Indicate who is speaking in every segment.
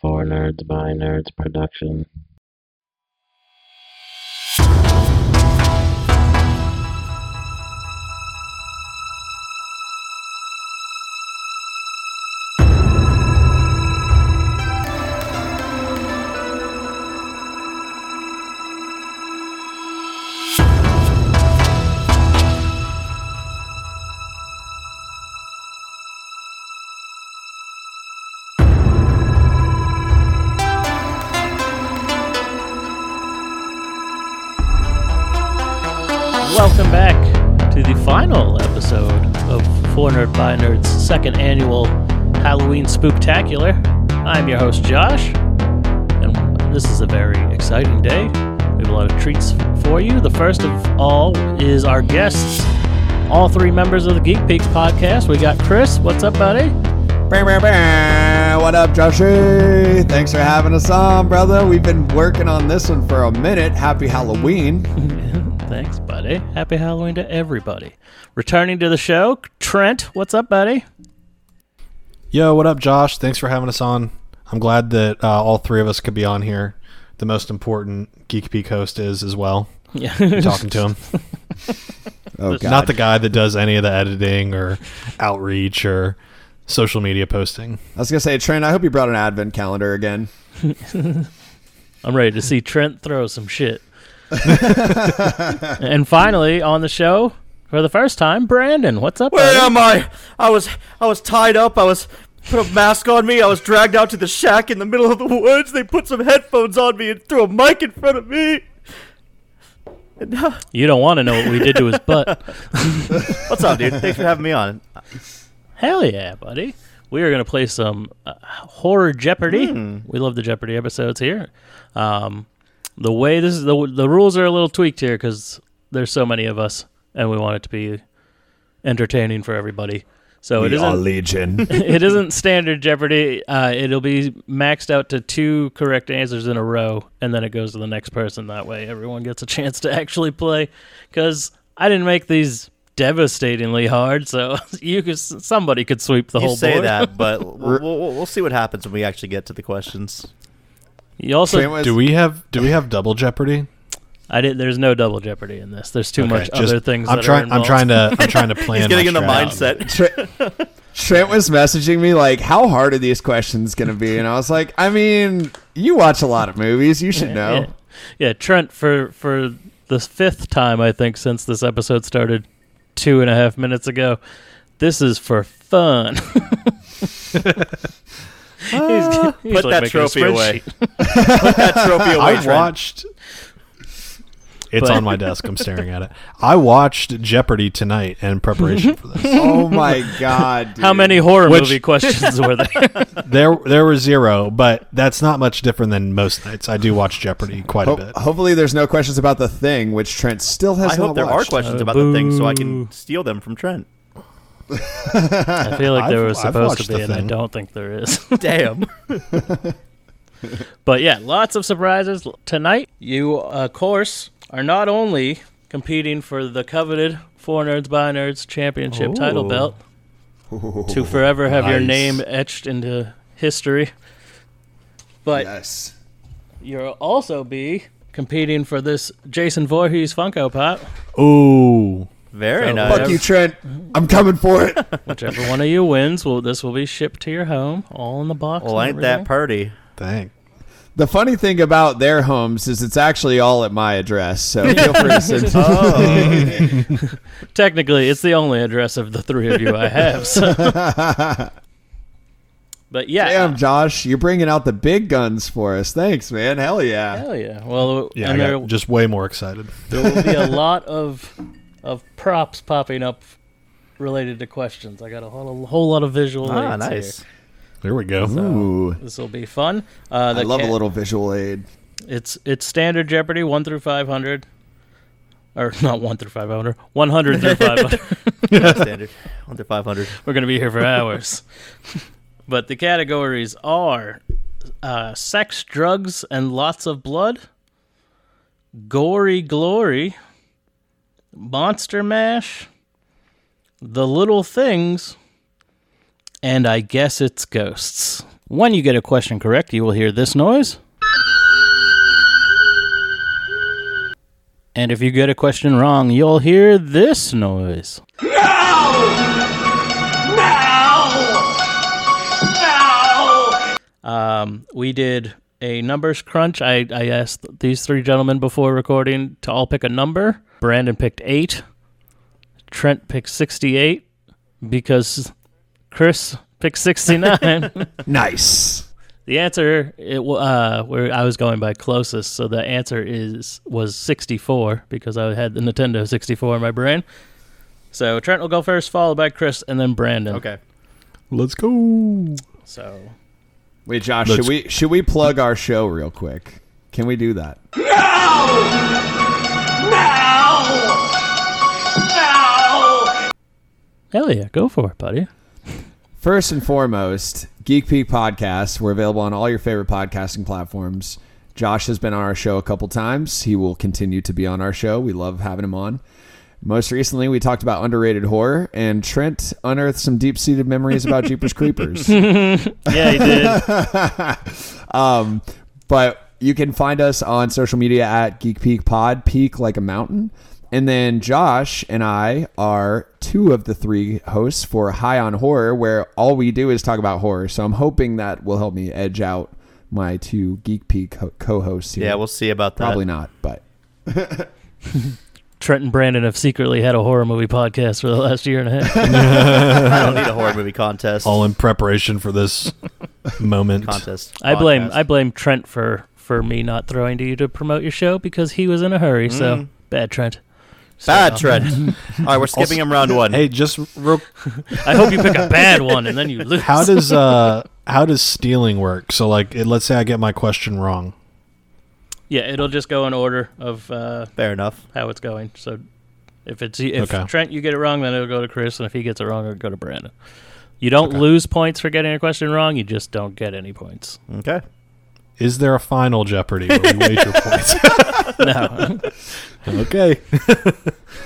Speaker 1: For Nerds by Nerds production.
Speaker 2: Welcome back to the final episode of For Nerd by Nerd's second annual Halloween Spooktacular. I'm your host, Josh, and this is a very exciting day. We have a lot of treats for you. The first of all is our guests, all three members of the Geek Peaks podcast. We got Chris. What's up, buddy?
Speaker 3: Brr, brr, brr. What up, Joshy? Thanks for having us on, brother. We've been working on this one for a minute. Happy Halloween.
Speaker 2: Thanks, buddy. Happy Halloween to everybody. Returning to the show, Trent. What's up, buddy?
Speaker 4: Yo, what up, Josh? Thanks for having us on. I'm glad that uh, all three of us could be on here. The most important Geek Peak host is as well.
Speaker 2: Yeah.
Speaker 4: Talking to him,
Speaker 3: Oh, God.
Speaker 4: not the guy that does any of the editing or outreach or social media posting.
Speaker 3: I was going to say, Trent, I hope you brought an advent calendar again.
Speaker 2: I'm ready to see Trent throw some shit. and finally, on the show for the first time, Brandon. What's up?
Speaker 5: Where
Speaker 2: buddy?
Speaker 5: am I? I was I was tied up. I was put a mask on me. I was dragged out to the shack in the middle of the woods. They put some headphones on me and threw a mic in front of me. And, uh,
Speaker 2: You don't want to know what we did to his butt.
Speaker 5: what's up, dude? Thanks for having me on.
Speaker 2: Hell yeah, buddy. We are going to play some uh, horror Jeopardy. We love the Jeopardy episodes here. Um, the way this is the the rules are a little tweaked here because there's so many of us and we want it to be entertaining for everybody. So it
Speaker 3: We are
Speaker 2: isn't
Speaker 3: Legion.
Speaker 2: it isn't standard Jeopardy. Uh, it'll be maxed out to two correct answers in a row, and then it goes to the next person. That way, everyone gets a chance to actually play. Because I didn't make these devastatingly hard, so you could somebody could sweep the
Speaker 5: You
Speaker 2: whole
Speaker 5: say
Speaker 2: board.
Speaker 5: that, but we'll, we'll, we'll see what happens when we actually get to the questions.
Speaker 2: You also,
Speaker 3: Trent was-
Speaker 4: Do we have Do we have double Jeopardy?
Speaker 2: I did. There's no double Jeopardy in this. There's too much
Speaker 4: Okay, just-
Speaker 2: other things.
Speaker 4: I'm
Speaker 2: that
Speaker 4: trying.
Speaker 2: Are
Speaker 4: I'm trying to. I'm trying to plan.
Speaker 5: He's getting
Speaker 4: my
Speaker 5: in the
Speaker 4: strat out.
Speaker 5: mindset.
Speaker 3: Trent, Trent was messaging me, like, how hard are these questions going to be? And I was like, I mean, you watch a lot of movies. You should know.
Speaker 2: Yeah. yeah, Trent for for the fifth time I think since this episode started two and a half minutes ago. This is for fun. he's, he's
Speaker 5: Uh, Put that
Speaker 2: making a
Speaker 5: trophy away.
Speaker 2: spreadsheet.
Speaker 5: Put that trophy away.
Speaker 4: I
Speaker 5: Trent.
Speaker 4: watched. It's
Speaker 2: But-
Speaker 4: on my desk. I'm staring at it. I watched Jeopardy tonight in preparation for this.
Speaker 3: Oh, my God. Dude.
Speaker 2: How many horror
Speaker 4: Which-
Speaker 2: movie questions were there?
Speaker 4: There, there were zero, but that's not much different than most nights. I do watch Jeopardy quite a
Speaker 3: Ho-
Speaker 4: bit.
Speaker 3: hopefully, there's no questions about the thing, which Trent still has
Speaker 5: I
Speaker 3: not
Speaker 5: hope there are
Speaker 3: watched.
Speaker 5: questions
Speaker 2: Uh,
Speaker 5: about the thing so I
Speaker 2: boo.
Speaker 5: can steal them from Trent.
Speaker 2: I feel like there
Speaker 4: I've-
Speaker 2: was
Speaker 4: I've
Speaker 2: supposed
Speaker 4: watched
Speaker 2: to be,
Speaker 4: the
Speaker 2: and I
Speaker 4: thing.
Speaker 2: don't think there is.
Speaker 5: Damn.
Speaker 2: But yeah, lots of surprises L- tonight. You, of course, are not only competing for the coveted Four Nerds by Nerds championship title
Speaker 5: Ooh.
Speaker 2: belt to forever have your
Speaker 4: Nice.
Speaker 2: name etched into history, but
Speaker 3: Yes.
Speaker 2: you'll also be competing for this Jason Voorhees Funko Pop.
Speaker 4: uh, Ooh,
Speaker 5: Very
Speaker 2: So
Speaker 5: nice.
Speaker 3: Fuck
Speaker 2: I've-
Speaker 3: you, Trent. I'm coming for it.
Speaker 2: Whichever one of you wins, will this will be shipped to your home, all in the box.
Speaker 5: Well,
Speaker 2: and
Speaker 5: ain't that
Speaker 2: everything.
Speaker 5: party?
Speaker 4: dang!
Speaker 3: The funny thing about their homes is it's actually all at my address, so feel free to send.
Speaker 2: Technically, it's the only address of the three of you I have. So. but yeah,
Speaker 3: Damn, Josh, you're bringing out the big guns for us. Thanks, man. Hell yeah.
Speaker 2: Hell yeah! Well,
Speaker 4: Yeah, I
Speaker 2: and
Speaker 4: got
Speaker 2: there,
Speaker 4: just way more excited.
Speaker 2: there will be a lot of of props popping up related to questions. I got a whole, a whole lot of visual.
Speaker 5: Ah,
Speaker 2: aids
Speaker 5: nice.
Speaker 2: here.
Speaker 4: There we go.
Speaker 3: Ooh,
Speaker 2: This will be fun. Uh,
Speaker 3: I
Speaker 2: the
Speaker 3: love a
Speaker 2: ca-
Speaker 3: little visual aid.
Speaker 2: It's it's standard Jeopardy one through five hundred, or not one through five hundred. One hundred through five hundred.
Speaker 5: Standard. Under 500.
Speaker 2: We're gonna be here for hours. but the categories are uh, sex, drugs, and lots of blood, gory glory, monster mash, the little things, and I guess it's ghosts. When you get a question correct, you will hear this noise. And if you get a question wrong, you'll hear this noise. Um, we did a numbers crunch. I, I asked these three gentlemen before recording to all pick a number. Brandon picked eight. Trent picked 68 because Chris picked 69.
Speaker 3: Nice.
Speaker 2: the answer, it, wa- uh, where I was going by closest, so the answer is was 64 because I had the Nintendo 64 in my brain. So Trent will go first, followed by Chris, and then Brandon.
Speaker 3: Okay.
Speaker 4: Let's go.
Speaker 2: So
Speaker 3: Wait, Josh, should
Speaker 4: Let's-
Speaker 3: we should we plug our show real quick? Can we do that?
Speaker 2: hell yeah, go for it, buddy.
Speaker 3: First and foremost, Geek Peak Podcast. We're available on all your favorite podcasting platforms. Josh has been on our show a couple times. He will continue to be on our show. We love having him on. Most recently, we talked about underrated horror, and Trent unearthed some deep seated memories about Jeepers Creepers.
Speaker 2: Yeah, he did.
Speaker 3: Um, but you can find us on social media at Geek Peak Pod, peak like a mountain. And then Josh and I are two of the three hosts for High on Horror, where all we do is talk about horror. So I'm hoping that will help me edge out my two Geek Peak ho- co-hosts here.
Speaker 5: Yeah, we'll see about that.
Speaker 3: probably not, but
Speaker 2: Trent and Brandon have secretly had a horror movie podcast for the last year and a half.
Speaker 5: I don't need a horror movie contest.
Speaker 4: All in preparation for this moment.
Speaker 5: contest.
Speaker 2: I blame
Speaker 5: podcast.
Speaker 2: I blame Trent for for me not throwing to you to promote your show because he was in a hurry. So bad, Trent.
Speaker 5: bad Trent. All right, we're skipping him round one.
Speaker 4: Hey, just real.
Speaker 2: I hope you pick a bad one and then you lose.
Speaker 4: How does uh how does stealing work? So like, it, let's say I get my question wrong.
Speaker 2: yeah, it'll just go in order of uh,
Speaker 5: fair enough.
Speaker 2: how it's going. So if it's if
Speaker 4: Okay.
Speaker 2: Trent you get it wrong, then it'll go to Chris, and if he gets it wrong, it'll go to Brandon. You don't lose points for getting a question wrong. You just don't get any points.
Speaker 5: Okay.
Speaker 4: Is there a final Jeopardy where we wager points?
Speaker 2: No,
Speaker 4: okay.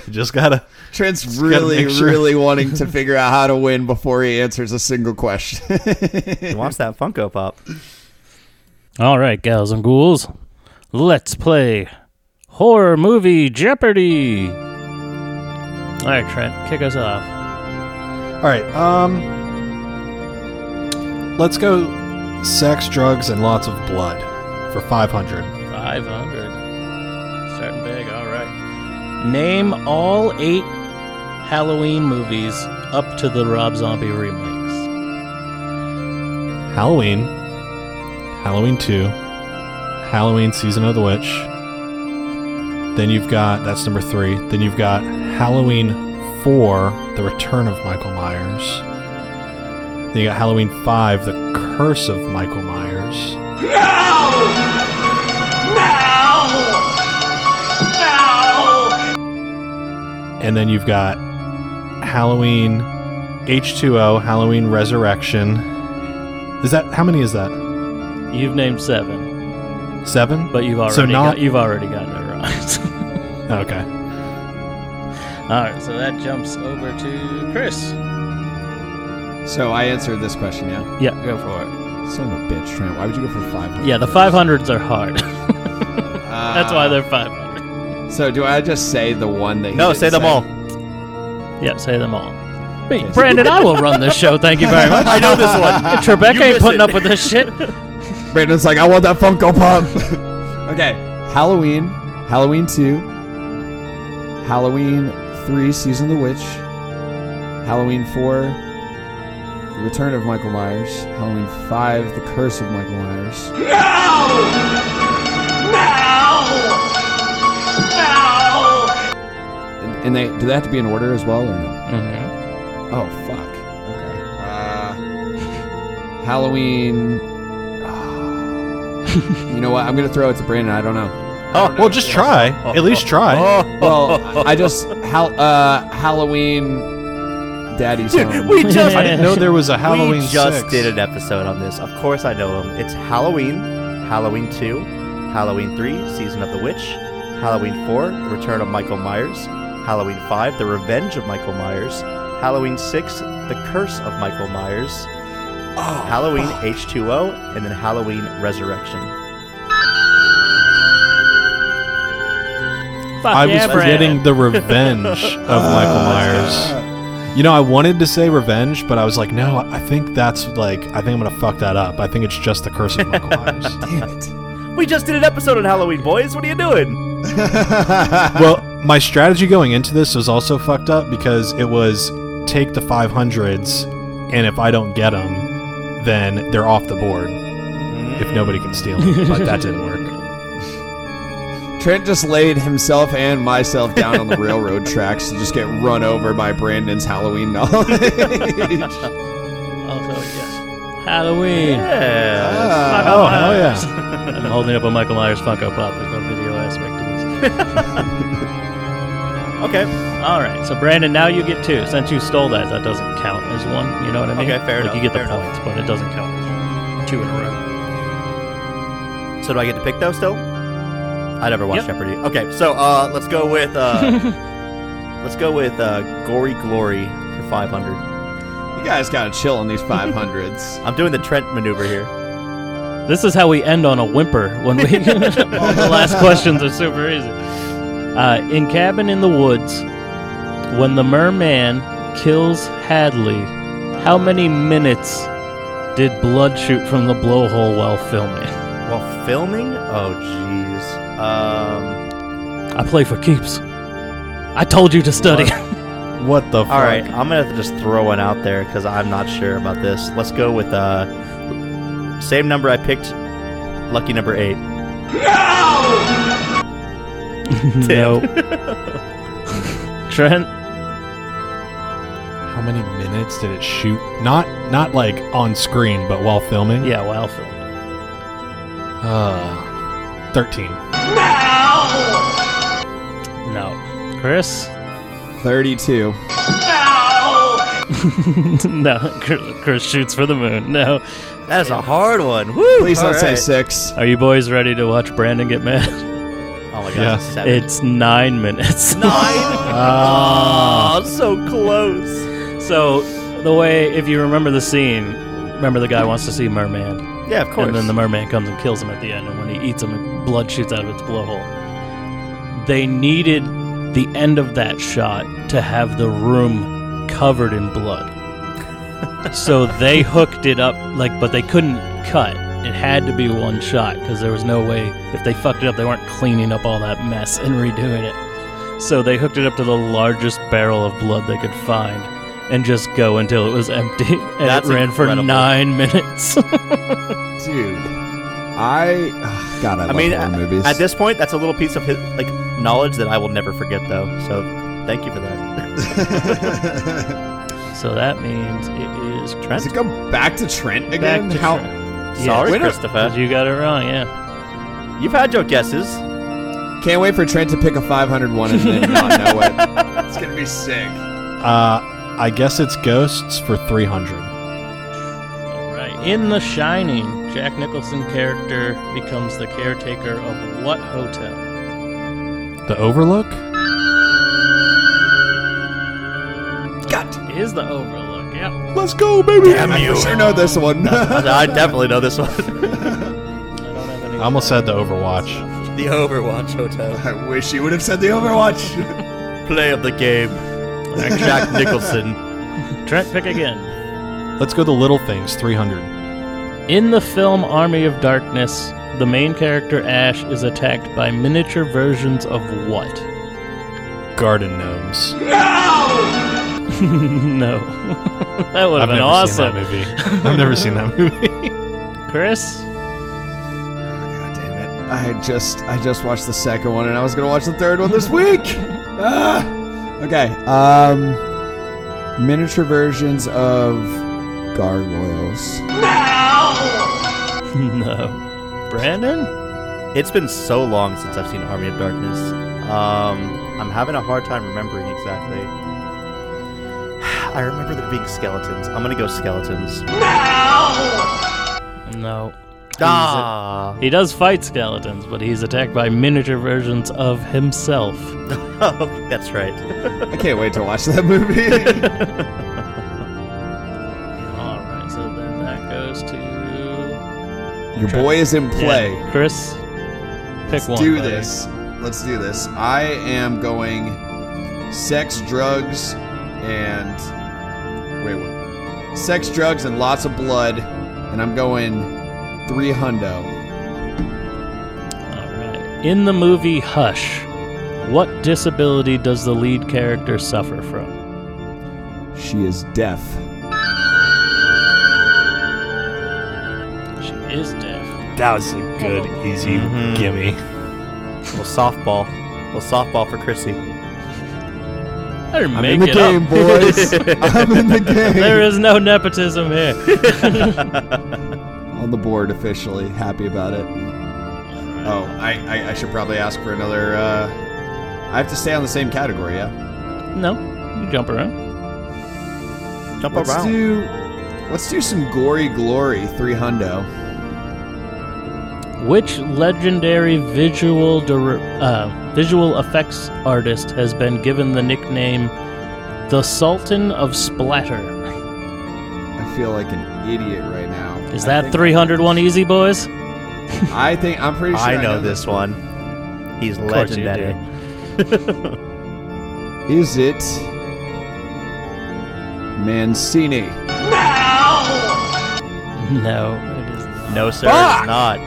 Speaker 4: just gotta.
Speaker 3: Trent's
Speaker 4: gotta
Speaker 3: really,
Speaker 4: make sure.
Speaker 3: really wanting to figure out how to win before he answers a single question.
Speaker 5: He wants that Funko Pop.
Speaker 2: All right, gals and ghouls, let's play horror movie Jeopardy. All right, Trent, kick us off.
Speaker 4: All right. Um. Let's go. Sex, drugs, and lots of blood for five hundred.
Speaker 2: 500. Starting big, all right. Name all eight Halloween movies up to the Rob Zombie remakes.
Speaker 4: Halloween, Halloween 2, Halloween Season of the Witch. Then you've got, that's number three. Then you've got Halloween 4, The Return of Michael Myers. Then you got Halloween 5, The Curse of Michael Myers. And then you've got Halloween H2O, Halloween Resurrection. Is that, how many is that?
Speaker 2: You've named seven,
Speaker 4: Seven?
Speaker 2: but you've already
Speaker 4: So not-
Speaker 2: got, you've already gotten it right.
Speaker 4: Okay.
Speaker 2: all right, so that jumps over to Chris.
Speaker 3: so I answered this question, yeah.
Speaker 2: Yeah, go for
Speaker 3: Son of a bitch, Trent. Why would you go for five
Speaker 2: it.
Speaker 3: hundred?
Speaker 2: Yeah, the 500s are hard. That's why
Speaker 3: they're.
Speaker 2: they're 500.
Speaker 3: So do I just say the one that? He
Speaker 5: No,
Speaker 3: didn't
Speaker 5: say them all.
Speaker 2: Yeah, say them all. Wait, Brandon, I will run this show. Thank you very much.
Speaker 5: I know this one.
Speaker 2: Trebek
Speaker 5: You
Speaker 2: ain't
Speaker 5: miss
Speaker 2: putting
Speaker 5: it.
Speaker 2: up with this shit.
Speaker 3: Brandon's like, I want that Funko Pop. okay, Halloween, Halloween two, Halloween three, season of the witch, Halloween four, the return of Michael Myers, Halloween five, the curse of Michael Myers. No! No! No! And they do they have to be in order as well or no?
Speaker 2: Mhm.
Speaker 3: Oh fuck. Okay. Uh, Halloween. you know what? I'm gonna throw it to Brandon. I don't know.
Speaker 5: Oh,
Speaker 4: Well, just try. Oh. At least try.
Speaker 3: Well, I just hal- uh, Halloween. Daddy's home.
Speaker 5: we just
Speaker 4: I didn't know there was a Halloween.
Speaker 5: we just
Speaker 4: six.
Speaker 5: did an episode on this. Of course, I know them. It's Halloween, Halloween two, Halloween three, season of the witch, Halloween four, the return of Michael Myers, Halloween five, the revenge of Michael Myers, Halloween six, the curse of Michael Myers,
Speaker 3: Oh,
Speaker 5: Oh, Halloween
Speaker 4: Oh.
Speaker 5: H2O, and then Halloween Resurrection.
Speaker 2: Fuck
Speaker 4: I
Speaker 2: yeah,
Speaker 4: was
Speaker 2: Brad.
Speaker 4: forgetting the revenge of Michael Myers. You know, I wanted to say revenge, but I was like, no, I think that's like, I think I'm gonna fuck that up. I think it's just the curse of Michael Myers.
Speaker 3: Damn it.
Speaker 5: We just did an episode on Halloween, boys. What are you doing?
Speaker 4: well, my strategy going into this was also fucked up because it was take the 500s, and if I don't get them, then they're off the board. If nobody can steal them, but that didn't work.
Speaker 3: Trent just laid himself and myself down on the railroad tracks to just get run over by Brandon's Halloween knowledge.
Speaker 2: Also, yes. Halloween.
Speaker 5: Yeah.
Speaker 4: Oh hell yeah!
Speaker 2: I'm holding up a Michael Myers Funko Pop. There's no video aspect to this.
Speaker 5: Oh, Okay.
Speaker 2: All right, so Brandon, now you get two. Since you stole that, that doesn't count as one. You know what I mean?
Speaker 5: Okay, fair
Speaker 2: like
Speaker 5: enough,
Speaker 2: You get the
Speaker 5: fair enough.
Speaker 2: points, but it doesn't count as two in a row.
Speaker 5: So do I get to pick though still? I never watched
Speaker 2: Yep.
Speaker 5: Jeopardy. Okay, so uh, let's go with uh, let's go with uh, Gory Glory for 500.
Speaker 3: You guys gotta chill on these 500s.
Speaker 5: I'm doing the Trent maneuver here.
Speaker 2: This is how we end on a whimper when we. all the last questions are super easy. Uh, in Cabin in the Woods, when the merman kills Hadley, how many minutes did blood shoot from the blowhole while filming?
Speaker 5: While filming? Oh jeez. Um,
Speaker 2: I play for keeps. I told you to study.
Speaker 4: What the? Fuck?
Speaker 5: all right, I'm gonna have to just throw one out there because I'm not sure about this. Let's go with uh, same number I picked, lucky number eight.
Speaker 2: no. Trent,
Speaker 4: How many minutes did it shoot? Not not like on screen, but while filming.
Speaker 2: yeah, well, Phil.
Speaker 4: Uh, Thirteen.
Speaker 2: No. Chris?
Speaker 3: 32.
Speaker 2: no. Chr- Chris shoots for the moon. No.
Speaker 5: That is a hard one. Woo!
Speaker 3: Please don't
Speaker 5: All
Speaker 3: say
Speaker 5: right.
Speaker 3: six.
Speaker 2: Are you boys ready to watch Brandon get mad?
Speaker 5: Oh my gosh,
Speaker 4: Yeah.
Speaker 5: seven.
Speaker 2: It's nine minutes.
Speaker 5: nine.
Speaker 4: Ah.
Speaker 5: oh, so close.
Speaker 2: so, the way, if you remember the scene, remember the guy wants to see Merman.
Speaker 5: Yeah, of course.
Speaker 2: And then the merman comes and kills him at the end. And when he eats him, blood shoots out of its blowhole. They needed the end of that shot to have the room covered in blood. so they hooked it up, like, but they couldn't cut. It had to be one shot because there was no way. If they fucked it up, they weren't cleaning up all that mess and redoing it. So they hooked it up to the largest barrel of blood they could find and just go until it was empty. And
Speaker 5: That's
Speaker 2: it ran for
Speaker 5: incredible.
Speaker 2: nine minutes.
Speaker 3: Dude. I. ugh, God, I,
Speaker 5: I
Speaker 3: love
Speaker 5: mean,
Speaker 3: horror
Speaker 5: at,
Speaker 3: movies.
Speaker 5: at this point, that's a little piece of his, like knowledge that I will never forget, though. So, thank you for that.
Speaker 2: So that means it is Trent.
Speaker 3: Does it go back to Trent again?
Speaker 2: to
Speaker 3: How?
Speaker 2: Trent.
Speaker 5: Sorry,
Speaker 3: Winner-
Speaker 5: Christopher.
Speaker 2: 'Cause you got it wrong, yeah.
Speaker 5: You've had your guesses.
Speaker 3: Can't wait for Trent to pick a 501 and then not know it. It's gonna be sick.
Speaker 4: Uh, I guess it's ghosts for three hundred.
Speaker 2: All right. In The Shining, Jack Nicholson character becomes the caretaker of what hotel?
Speaker 4: The Overlook.
Speaker 3: God,
Speaker 2: Is the Overlook? Yep.
Speaker 3: let's go, baby. Damn you. I sure know this one.
Speaker 5: I definitely know this one.
Speaker 2: I don't have any.
Speaker 4: I almost said the Overwatch.
Speaker 5: the Overwatch Hotel.
Speaker 3: I wish you would have said the Overwatch.
Speaker 5: Play of the game. Jack Nicholson.
Speaker 2: Trent, pick again.
Speaker 4: Let's go the little things. Three hundred.
Speaker 2: In the film Army of Darkness, the main character Ash is attacked by miniature versions of what?
Speaker 4: Garden gnomes.
Speaker 2: no. that would have been awesome.
Speaker 4: seen that movie. I've never seen that movie.
Speaker 2: Chris?
Speaker 3: God damn it. I just I just watched the second one and I was gonna watch the third one this week. Ah. Okay. Um miniature versions of gargoyles.
Speaker 2: No. Brandon?
Speaker 5: It's been so long since I've seen Army of Darkness. Um, I'm having a hard time remembering exactly. I remember there being skeletons. I'm gonna go skeletons.
Speaker 2: No.
Speaker 5: Ah.
Speaker 2: He does fight skeletons, but he's attacked by miniature versions of himself.
Speaker 5: Oh, that's right.
Speaker 3: I can't wait to watch that movie.
Speaker 2: All right, so then that
Speaker 3: Your boy is in play.
Speaker 2: Yeah, Chris, pick
Speaker 3: Let's
Speaker 2: one.
Speaker 3: do
Speaker 2: buddy.
Speaker 3: this. Let's do this. I am going sex, drugs, and wait, what? Sex, drugs, and lots of blood, and I'm going three hundo.
Speaker 2: All right. In the movie Hush, what disability does the lead character suffer from?
Speaker 3: She is deaf.
Speaker 2: She is deaf.
Speaker 5: That was a
Speaker 6: good,
Speaker 5: easy
Speaker 4: Gimme.
Speaker 5: little softball. little softball for Chrissy.
Speaker 2: I didn't
Speaker 3: I'm
Speaker 2: make
Speaker 3: in the
Speaker 2: it
Speaker 3: game,
Speaker 2: up.
Speaker 3: boys. I'm in the game.
Speaker 2: There is no nepotism here.
Speaker 3: on the board officially. Happy about it. Oh, I, I, I should probably ask for another. Uh, I have to stay on the same category, yeah.
Speaker 2: no, you jump around.
Speaker 5: Jump
Speaker 3: Let's
Speaker 5: around.
Speaker 3: do let's do some gory glory three hundo.
Speaker 2: Which legendary visual dir- uh, visual effects artist has been given the nickname the Sultan of Splatter?
Speaker 3: I feel like an idiot right now.
Speaker 2: Is
Speaker 3: I
Speaker 2: that
Speaker 3: think-
Speaker 2: 301 easy, boys?
Speaker 3: I think I'm pretty sure.
Speaker 5: I know this one. He's
Speaker 2: Of course you
Speaker 5: legendary.
Speaker 2: do.
Speaker 3: Is it Mancini?
Speaker 2: No, it isn't.
Speaker 5: No, sir, it's not.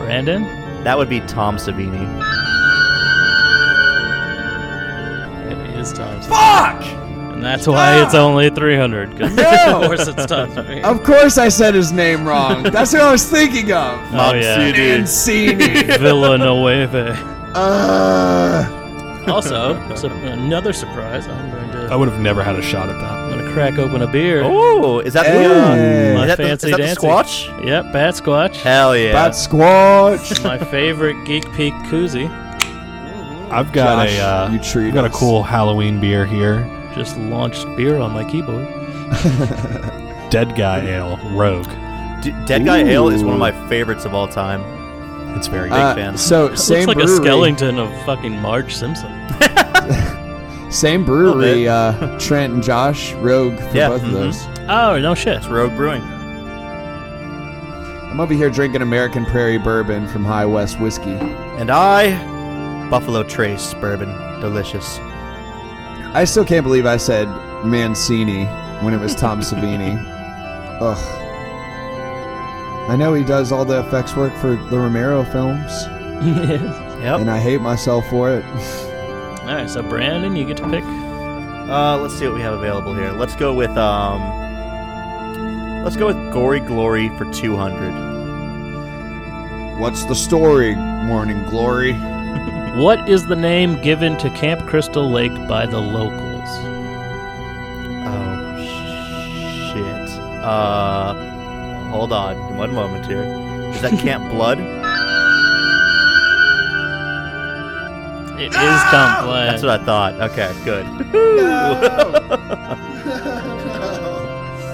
Speaker 2: Brandon?
Speaker 5: That would be Tom Savini.
Speaker 2: It is Tom. Fuck! And that's why it's only 300. 'cause Of course it's Tom. oh,
Speaker 3: Of course, I said his name wrong. That's what I was thinking of.
Speaker 2: yeah.
Speaker 3: Mancini.
Speaker 2: Villanueva.
Speaker 3: uh,
Speaker 2: also, so another surprise. I'm going to,
Speaker 4: I would have never had a shot at that.
Speaker 2: I'm going to crack open a beer.
Speaker 5: Oh, is that
Speaker 3: Hey.
Speaker 5: the
Speaker 3: Ooh,
Speaker 2: my
Speaker 5: is that the-
Speaker 2: fancy
Speaker 5: is that the
Speaker 2: dancy.
Speaker 5: Squatch?
Speaker 2: Yep, Bat Squatch.
Speaker 5: Hell yeah.
Speaker 3: Bat Squatch.
Speaker 2: my favorite Geek Peak koozie.
Speaker 4: I've got
Speaker 3: Josh,
Speaker 4: a uh,
Speaker 3: you treat
Speaker 4: I've got
Speaker 3: us.
Speaker 4: a cool Halloween beer here.
Speaker 2: Just launched beer on my keyboard.
Speaker 4: Dead Guy Ale Rogue.
Speaker 5: D- Dead Guy Ale is one of
Speaker 3: Ooh.
Speaker 5: my favorites of all time.
Speaker 4: It's very good.
Speaker 3: Uh,
Speaker 5: fan.
Speaker 3: so same
Speaker 2: Looks like
Speaker 3: brewery.
Speaker 2: a skeleton of fucking Marge Simpson.
Speaker 3: Same brewery, uh, Trent and Josh, Rogue for
Speaker 5: Yeah,
Speaker 3: both
Speaker 5: mhm.
Speaker 3: of those.
Speaker 2: Oh, no shit.
Speaker 5: It's Rogue Brewing.
Speaker 3: I'm over here drinking American Prairie Bourbon from High West Whiskey.
Speaker 5: And I, Buffalo Trace Bourbon. Delicious.
Speaker 3: I still can't believe I said Mancini when it was Tom Savini. Ugh. I know he does all the effects work for the Romero films,
Speaker 2: All
Speaker 5: Yep.
Speaker 3: and I hate myself for it.
Speaker 2: right, so Brandon, you get to pick.
Speaker 5: Uh, let's see what we have available here. Let's go with um. Let's go with Gory Glory for 200.
Speaker 3: What's the story, Morning Glory?
Speaker 2: What is the name given to Camp Crystal Lake by the locals?
Speaker 5: Oh sh- shit. Uh, hold on one moment here. Is that Camp Blood?
Speaker 2: Uh, It is Tom Blaine.
Speaker 5: Ah! That's what I thought. Okay, good.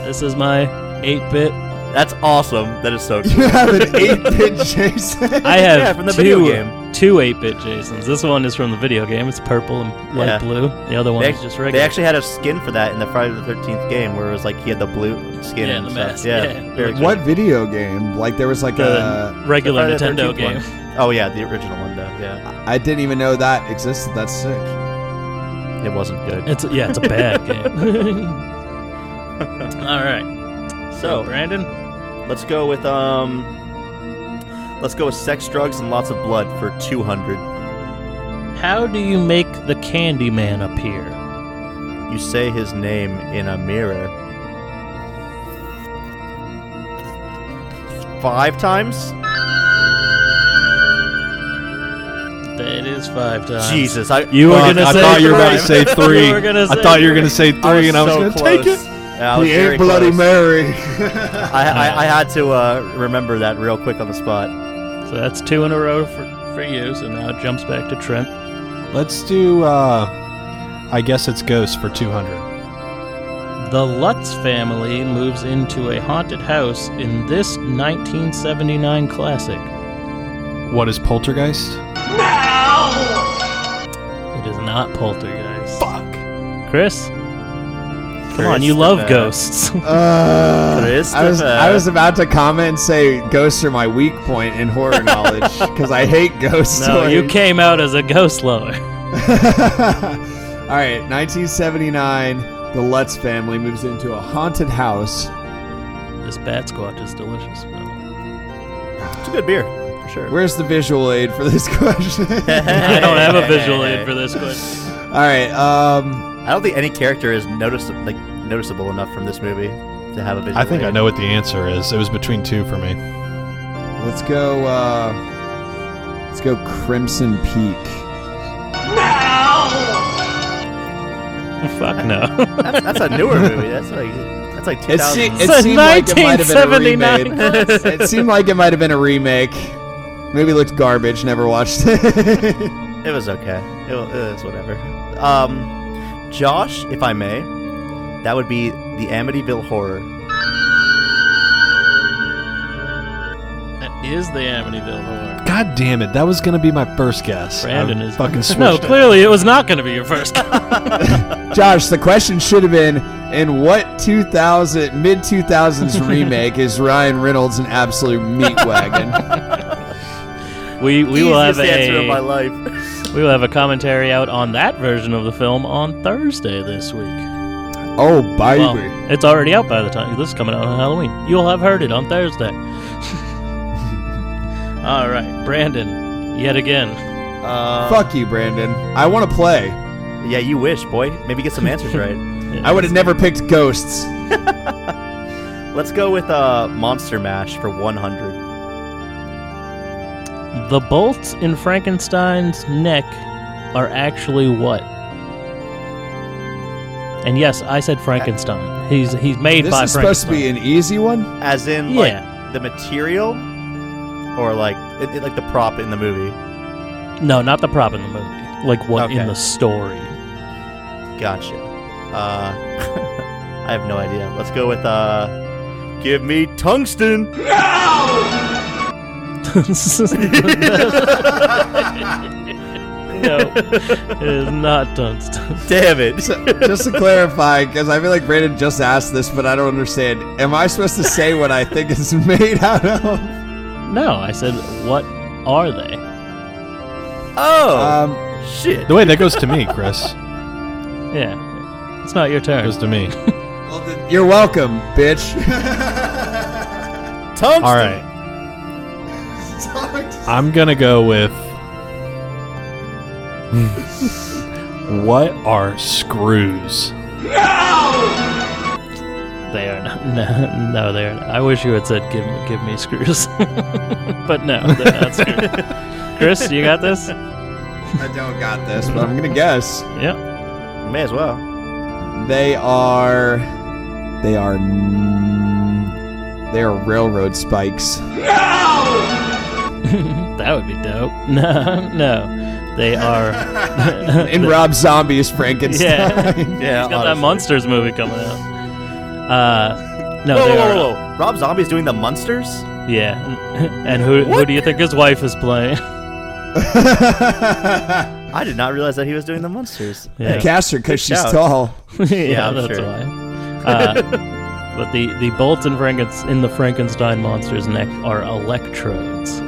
Speaker 2: This is my 8 bit.
Speaker 5: That's awesome. That is so cool.
Speaker 3: You have an 8-bit Jason.
Speaker 2: I have
Speaker 5: Yeah, from the
Speaker 2: two,
Speaker 5: video game.
Speaker 2: two 8 bit Jasons. This one is from the video game. It's purple and light
Speaker 5: Yeah.
Speaker 2: blue. The other one
Speaker 5: They,
Speaker 2: is
Speaker 5: act-
Speaker 2: just
Speaker 5: they
Speaker 2: regular.
Speaker 5: actually had a skin for that in the Friday the 13th game where it was like he had the blue skin
Speaker 2: Yeah,
Speaker 5: and
Speaker 2: the
Speaker 5: stuff.
Speaker 2: mask,
Speaker 5: Yeah,
Speaker 2: yeah.
Speaker 5: very cool.
Speaker 3: What video game? Like there was like a
Speaker 2: the regular
Speaker 5: The Friday the
Speaker 2: Nintendo
Speaker 5: 13th
Speaker 2: game.
Speaker 5: one. Oh yeah, the original one though. Yeah,
Speaker 3: I didn't even know that existed. That's sick.
Speaker 5: it wasn't good.
Speaker 2: It's yeah, it's a bad game. All right. So,
Speaker 5: So
Speaker 2: Brandon,
Speaker 5: let's go with um, let's go with sex, drugs, and lots of blood for 200.
Speaker 2: how do you make the Candyman appear?
Speaker 5: You say his name in a mirror. Five times?
Speaker 2: That is five times.
Speaker 5: Jesus, I
Speaker 2: You were
Speaker 5: Fuck,
Speaker 2: gonna
Speaker 4: I
Speaker 2: say
Speaker 4: thought you were
Speaker 2: three.
Speaker 4: about to say three.
Speaker 2: You were gonna say
Speaker 4: I thought you were
Speaker 2: three.
Speaker 4: going to say three, and I was
Speaker 5: so
Speaker 4: going to take
Speaker 5: close.
Speaker 4: it.
Speaker 5: Yeah, I was very close.
Speaker 3: Mary.
Speaker 5: I, I, I had to uh, remember that real quick on the spot.
Speaker 2: So that's two in a row for, for you. So now it jumps back to Trent.
Speaker 4: Let's do. Uh, I guess it's Ghost for 200.
Speaker 2: The Lutz family moves into a haunted house in this 1979 classic.
Speaker 4: What is Poltergeist?
Speaker 2: It is not Poltergeist. Fuck. Chris, Come on, you love ghosts.
Speaker 3: Uh,
Speaker 5: Christopher.
Speaker 3: I was I was about to comment and say ghosts are my weak point in horror knowledge because I hate ghost
Speaker 2: no,
Speaker 3: stories.
Speaker 2: you came out as a ghost lover.
Speaker 3: All right, 1979. The Lutz family moves into a haunted house.
Speaker 2: This bat squatch is delicious. by the way.
Speaker 5: It's a good beer, for sure.
Speaker 3: Where's the visual aid for this question?
Speaker 2: I don't have a visual aid for this question.
Speaker 3: All right. Um,
Speaker 5: I don't think any character is notice- like noticeable enough from this movie to have a visual.
Speaker 4: I think I
Speaker 5: aid.
Speaker 4: know what the answer is. It was between two for me.
Speaker 3: let's go. Uh, let's go. Crimson Peak.
Speaker 2: Fuck no.
Speaker 5: That's, that's a newer movie. That's like that's like
Speaker 3: It, se-
Speaker 5: 2000.
Speaker 3: it seemed like it might have been a
Speaker 2: 1979
Speaker 3: remake. it seemed like it might have been a remake. Movie looked garbage. Never watched it.
Speaker 5: It was okay. It was, it was whatever. Um, Josh, if I may, that would be the Amityville Horror.
Speaker 2: that is the Amityville horror.
Speaker 4: God damn it! That was gonna be my first guess.
Speaker 2: Brandon
Speaker 4: I
Speaker 2: is
Speaker 4: fucking switched.
Speaker 2: No,
Speaker 4: it.
Speaker 2: clearly it was not going to be your first.
Speaker 3: Josh, the question should have been in what 2000 mid 2000s remake is Ryan Reynolds an absolute meat wagon?
Speaker 2: we we will have
Speaker 5: Easiest answer of my
Speaker 2: a
Speaker 5: life.
Speaker 2: we will have a commentary out on that version of the film on Thursday this week.
Speaker 3: oh, baby.
Speaker 2: Well, it's already out by the time this is coming out on Halloween. You'll have heard it on Thursday. All right, Brandon, yet again.
Speaker 5: Uh,
Speaker 3: Fuck you, Brandon. I want to play.
Speaker 5: Yeah, you wish, boy. Maybe get some answers right.
Speaker 3: I would have never picked ghosts.
Speaker 5: Let's go with uh, Monster Mash for 100.
Speaker 2: The bolts in Frankenstein's neck are actually what? And yes, I said Frankenstein. He's he's made
Speaker 3: This
Speaker 2: by
Speaker 3: is supposed to
Speaker 2: Frankenstein.
Speaker 3: be an easy one.
Speaker 5: As in,
Speaker 2: Yeah.
Speaker 5: like the material, or like it, it- like the prop in the movie.
Speaker 2: no, not the prop in the movie. Like what
Speaker 5: Okay.
Speaker 2: in the story?
Speaker 5: Gotcha. Uh, I have no idea. Let's go with uh, give me tungsten.
Speaker 2: no, it is not tungsten.
Speaker 5: Damn it.
Speaker 3: So, just to clarify, because I feel like Brandon just asked this, but I don't understand. Am I supposed to say what I think it's made out of?
Speaker 2: No, I said, what are they?
Speaker 5: Oh
Speaker 3: Um,
Speaker 5: shit.
Speaker 4: The way that goes to me, Chris.
Speaker 2: Yeah, it's not your turn.
Speaker 4: goes to me.
Speaker 3: well, then, you're welcome, bitch.
Speaker 5: Tungsten.
Speaker 4: All right. I'm gonna go with what are screws?
Speaker 2: They are not. No, no, they are. Not. I wish you had said, "Give me, give me screws," but no, they're not screws. Chris, you got this?
Speaker 3: I don't got this, but I'm gonna guess.
Speaker 2: Yeah.
Speaker 5: May as well.
Speaker 3: They are. They are. n- They are railroad spikes.
Speaker 2: That would be dope. No, no, they are.
Speaker 3: In Rob Zombie's Frankenstein.
Speaker 5: Yeah.
Speaker 2: He's got that monsters movie coming out. Uh, no,
Speaker 5: Whoa,
Speaker 2: they
Speaker 5: whoa,
Speaker 2: are.
Speaker 5: whoa, whoa. Rob Zombie's doing the monsters.
Speaker 2: Yeah, and who who do you think his wife is playing?
Speaker 5: I did not realize that he was doing the monsters.
Speaker 2: Yeah.
Speaker 3: Cast her because she's
Speaker 5: shout.
Speaker 3: tall.
Speaker 2: yeah,
Speaker 5: I'm
Speaker 2: that's
Speaker 5: sure.
Speaker 2: why. Uh, but the the bolts and Franken- in the Frankenstein monster's neck are electrodes.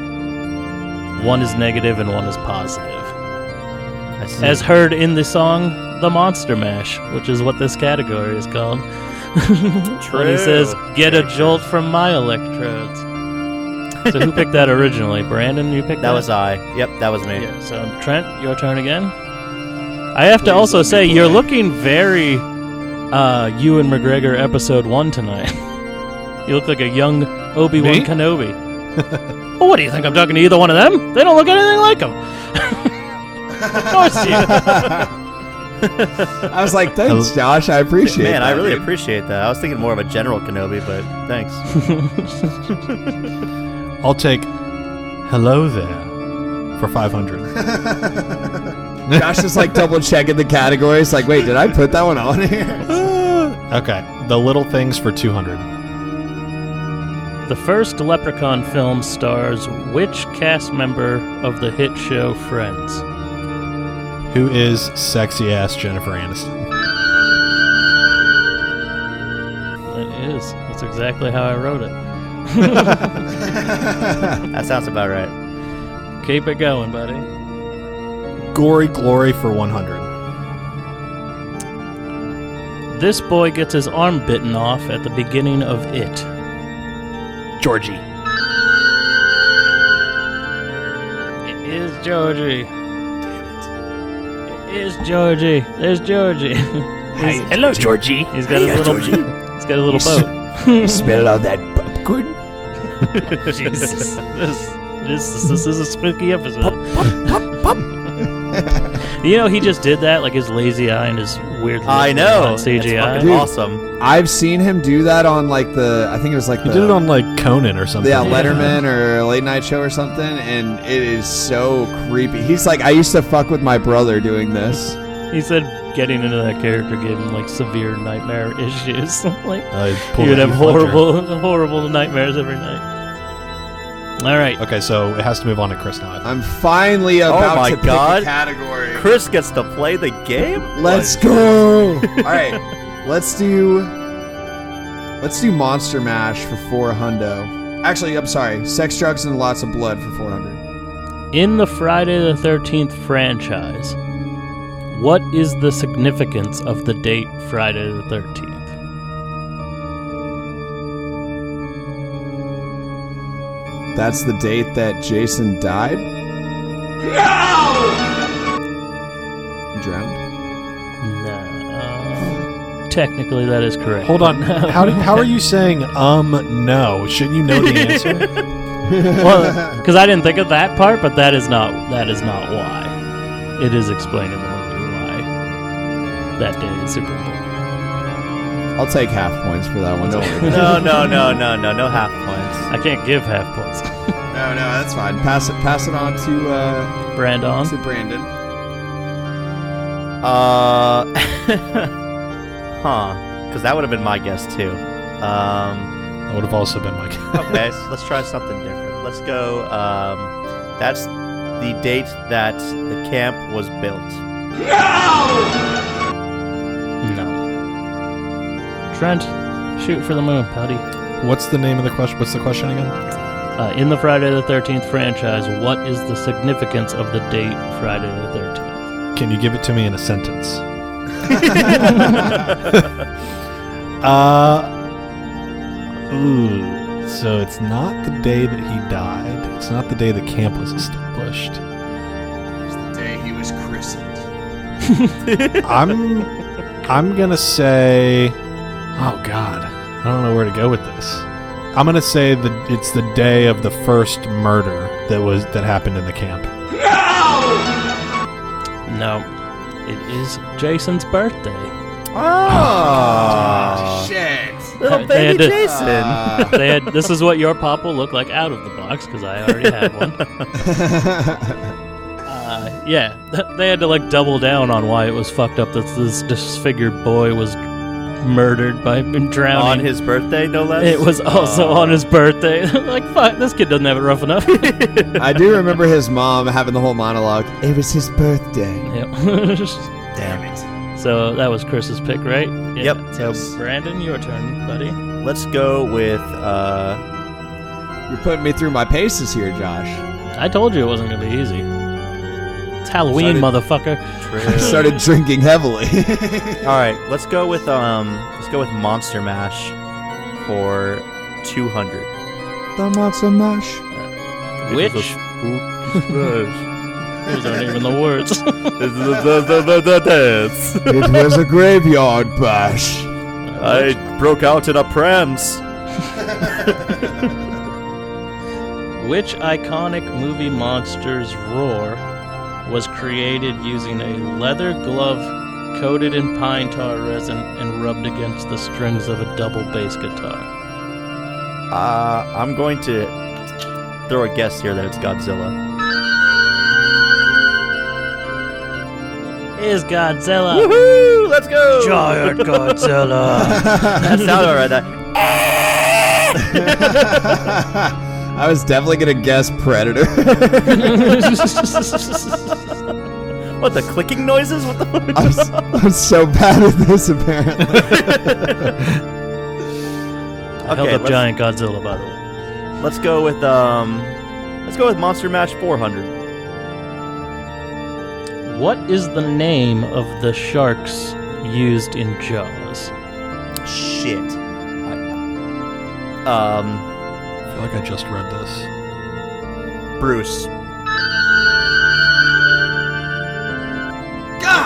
Speaker 2: One is negative and one is positive,
Speaker 5: I see.
Speaker 2: as heard in the song "The Monster Mash," which is what this category is called. When he says,
Speaker 5: True.
Speaker 2: "Get a jolt from my electrodes." So who picked that originally? Brandon, you picked that.
Speaker 5: that was I. Yep, that was me.
Speaker 2: Yeah, so Trent, your turn again. I have to also say you're looking very uh Ewan McGregor episode one tonight. you look like a young Obi Wan
Speaker 4: Me?
Speaker 2: Kenobi. well, what do you think? I'm talking to either one of them? They don't look anything like him. of course you.
Speaker 3: I was like, thanks, Josh. I appreciate it.
Speaker 5: Man, I really appreciate that. I was thinking more of a general Kenobi, but thanks.
Speaker 4: I'll take hello there for 500.
Speaker 3: Josh is like double checking the categories. Like, wait, did I put that one on here?
Speaker 4: Okay, the little things for 200.
Speaker 2: the first Leprechaun film stars which cast member of the hit show Friends?
Speaker 4: Who is sexy ass Jennifer Aniston?
Speaker 2: is. That's exactly how I wrote it.
Speaker 5: That sounds about right.
Speaker 2: Keep it going, buddy.
Speaker 4: Gory glory for 100.
Speaker 2: This boy gets his arm bitten off at the beginning of it.
Speaker 4: Georgie.
Speaker 2: It is Georgie. It is Georgie. There's Georgie. He's-
Speaker 4: Hello, Georgie.
Speaker 2: he's got his little. He's got a little boat.
Speaker 3: Smell all that popcorn.
Speaker 2: Jesus. This, this, this is a spooky episode. You know, he just did that like his lazy eye and his weird.
Speaker 5: I
Speaker 2: look
Speaker 5: know.
Speaker 2: on CGI.
Speaker 5: It's fucking awesome.
Speaker 3: I've seen him do that on like the I think it was like
Speaker 4: He
Speaker 3: the,
Speaker 4: did it on like Conan or something.
Speaker 3: Uh, yeah, Letterman or Late Night Show or something, and it is so creepy. He's like, I used to fuck with my brother doing this.
Speaker 2: He said getting into that character gave him like severe nightmare issues. like
Speaker 4: Uh, he
Speaker 2: he
Speaker 4: pulled
Speaker 2: would
Speaker 4: a
Speaker 2: have
Speaker 4: Heath Ledger.
Speaker 2: horrible, horrible nightmares every night. All right,
Speaker 4: Okay, so it has to move on to Chris now. I think.
Speaker 3: I'm finally about
Speaker 5: Oh my
Speaker 3: to pick
Speaker 5: God.
Speaker 3: a category.
Speaker 5: Chris gets to play the game.
Speaker 3: Let's go. All right, let's do let's do Monster Mash for four hundo. Actually, I'm sorry, Sex, Drugs, and Lots of Blood for four hundred.
Speaker 2: in the Friday the Thirteenth franchise, what is the significance of the date Friday the Thirteenth?
Speaker 3: That's the date that Jason died. No. Drowned.
Speaker 2: No, technically that is correct.
Speaker 4: Hold on. How, do, how are you saying, um, no? Shouldn't you know the answer?
Speaker 2: well, because I didn't think of that part, but that is not that is not why. It is explained in the movie why that day is super important.
Speaker 3: I'll take half points for that one. Don't worry.
Speaker 5: No, no, no, no, no, no half points.
Speaker 2: I can't give half points.
Speaker 3: No, no, that's fine. Pass it. Pass it on to uh,
Speaker 2: Brandon.
Speaker 3: to Brandon.
Speaker 5: Uh, huh? Because that would have been my guess too. Um,
Speaker 4: that would have also been my guess.
Speaker 5: okay, so let's try something different. Let's go. Um, that's the date that the camp was built.
Speaker 2: No. Trent, shoot for the moon, Patty.
Speaker 4: What's the name of the question? What's the question again?
Speaker 2: Uh, in the Friday the 13th franchise, what is the significance of the date Friday the 13th?
Speaker 4: Can you give it to me in a sentence? uh, ooh. So it's not the day that he died. It's not the day the camp was established.
Speaker 3: It's the day he was christened.
Speaker 4: I'm I'm gonna say Oh god. I don't know where to go with this. I'm gonna say that it's the day of the first murder that was that happened in the camp.
Speaker 2: No. It is Jason's birthday.
Speaker 3: Ah.
Speaker 5: Oh,
Speaker 3: Shit.
Speaker 5: little
Speaker 2: They had
Speaker 5: baby
Speaker 2: to-
Speaker 5: Jason.
Speaker 3: Ah.
Speaker 2: They had, this is what your pop will look like out of the box, because I already had one. Uh, yeah, they had to like double down on why it was fucked up that this disfigured boy was murdered by drowning.
Speaker 5: on his birthday, no less.
Speaker 2: It was also
Speaker 5: Uh,
Speaker 2: on his birthday. like, fuck, this kid doesn't have it rough enough.
Speaker 3: I do remember his mom having the whole monologue. It was his birthday.
Speaker 2: Yep.
Speaker 5: Damn it.
Speaker 2: so that was Chris's pick, right? Yeah.
Speaker 5: Yep.
Speaker 2: So Brandon, your turn, buddy.
Speaker 5: Let's go with uh,
Speaker 3: You're putting me through my paces here, Josh.
Speaker 2: I told you it wasn't gonna be easy. It's Halloween,
Speaker 5: Excited.
Speaker 2: motherfucker.
Speaker 3: I started drinking heavily.
Speaker 5: All right, let's go with um, let's go with Monster Mash for 200.
Speaker 3: the monster mash.
Speaker 2: Which
Speaker 5: It's a
Speaker 2: those aren't even the words.
Speaker 5: dance.
Speaker 3: It was a graveyard bash.
Speaker 5: I broke out in a prance.
Speaker 2: Which iconic movie monster's roar was created using a leather glove coated in pine tar resin and rubbed against the strings of a double bass guitar?
Speaker 5: Uh, I'm going to throw a guess here that it's Godzilla.
Speaker 2: Is
Speaker 3: Uh,
Speaker 2: Godzilla
Speaker 5: Woohoo! Let's go.
Speaker 2: giant Godzilla?
Speaker 5: That sounded alright. That
Speaker 3: I was definitely gonna guess predator.
Speaker 5: what the clicking noises? What the? Fuck?
Speaker 3: I'm, s- I'm so bad at this apparently.
Speaker 2: I held
Speaker 5: Okay,
Speaker 2: up
Speaker 5: let's-
Speaker 2: Giant Godzilla, by the way.
Speaker 5: Let's go with um, let's go with Monster Mash 400.
Speaker 2: What is the name of the sharks used in Jaws?
Speaker 5: Shit. I- um,
Speaker 4: I feel like I just read this.
Speaker 5: Bruce. Ah,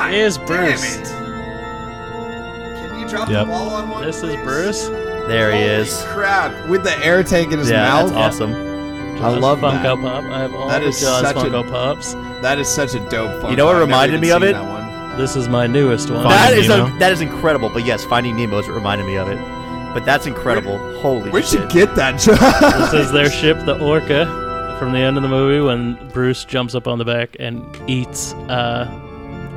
Speaker 3: God
Speaker 2: Is Bruce?
Speaker 3: Can you drop
Speaker 4: Yep.
Speaker 3: ball on one?
Speaker 2: This is
Speaker 3: please?
Speaker 2: Bruce.
Speaker 5: There he is.
Speaker 3: Crap! With the air tank in his
Speaker 5: yeah,
Speaker 3: mouth.
Speaker 5: that's awesome.
Speaker 3: I love
Speaker 2: Funko
Speaker 3: that.
Speaker 2: Pop. I have all
Speaker 3: That
Speaker 2: the
Speaker 3: is
Speaker 2: Jaws
Speaker 3: such a-
Speaker 2: Funko Pops.
Speaker 3: That is such a dope. Fun
Speaker 5: You know what
Speaker 3: fact. I've never
Speaker 5: reminded
Speaker 3: even
Speaker 5: me of
Speaker 3: seen
Speaker 5: it?
Speaker 3: That one.
Speaker 2: This is my newest one.
Speaker 4: Finding
Speaker 5: That is a,
Speaker 4: Nemo.
Speaker 5: that is incredible. But yes, Finding Nemo is what reminded me of it. But that's incredible. Holy
Speaker 3: Where'd you
Speaker 5: shit.
Speaker 3: get that, Josh?
Speaker 2: This is their ship, the Orca, from the end of the movie when Bruce jumps up on the back and eats uh,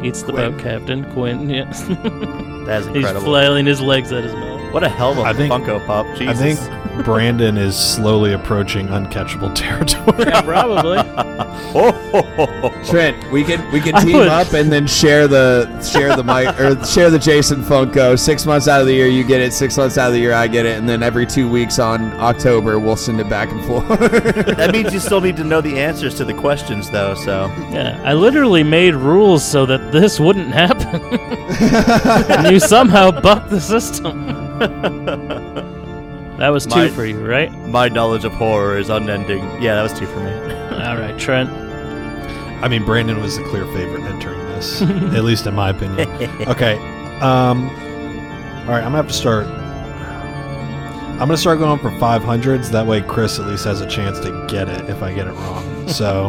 Speaker 2: eats the
Speaker 3: Quinn.
Speaker 2: boat captain Quinn. Yes,
Speaker 5: That is
Speaker 2: he's
Speaker 5: incredible.
Speaker 2: flailing his legs at his mouth.
Speaker 5: what a hell of a
Speaker 4: I think-
Speaker 5: Funko Pop. Jesus.
Speaker 4: I think Brandon is slowly approaching uncatchable territory.
Speaker 2: Yeah, probably.
Speaker 5: Oh, ho, ho, ho, ho.
Speaker 3: Trent, we can we can
Speaker 2: I
Speaker 3: team
Speaker 2: would-
Speaker 3: up and then share the share the mic or share the Jason Funko. Six months out of the year, you get it. Six months out of the year, I get it. And then every two weeks on October, we'll send it back and forth.
Speaker 5: that means you still need to know the answers to the questions, though. So
Speaker 2: Yeah, I literally made rules so that this wouldn't happen. and you somehow bucked the system. that was two
Speaker 5: My-
Speaker 2: for you, right?
Speaker 5: my knowledge of horror is unending. Yeah, that was two for me.
Speaker 2: All right, Trent.
Speaker 4: I mean, Brandon was the clear favorite entering this, at least in my opinion. Okay. Um, all right, I'm gonna have to start. I'm gonna start going for 500s. That way, Chris at least has a chance to get it if I get it wrong. So,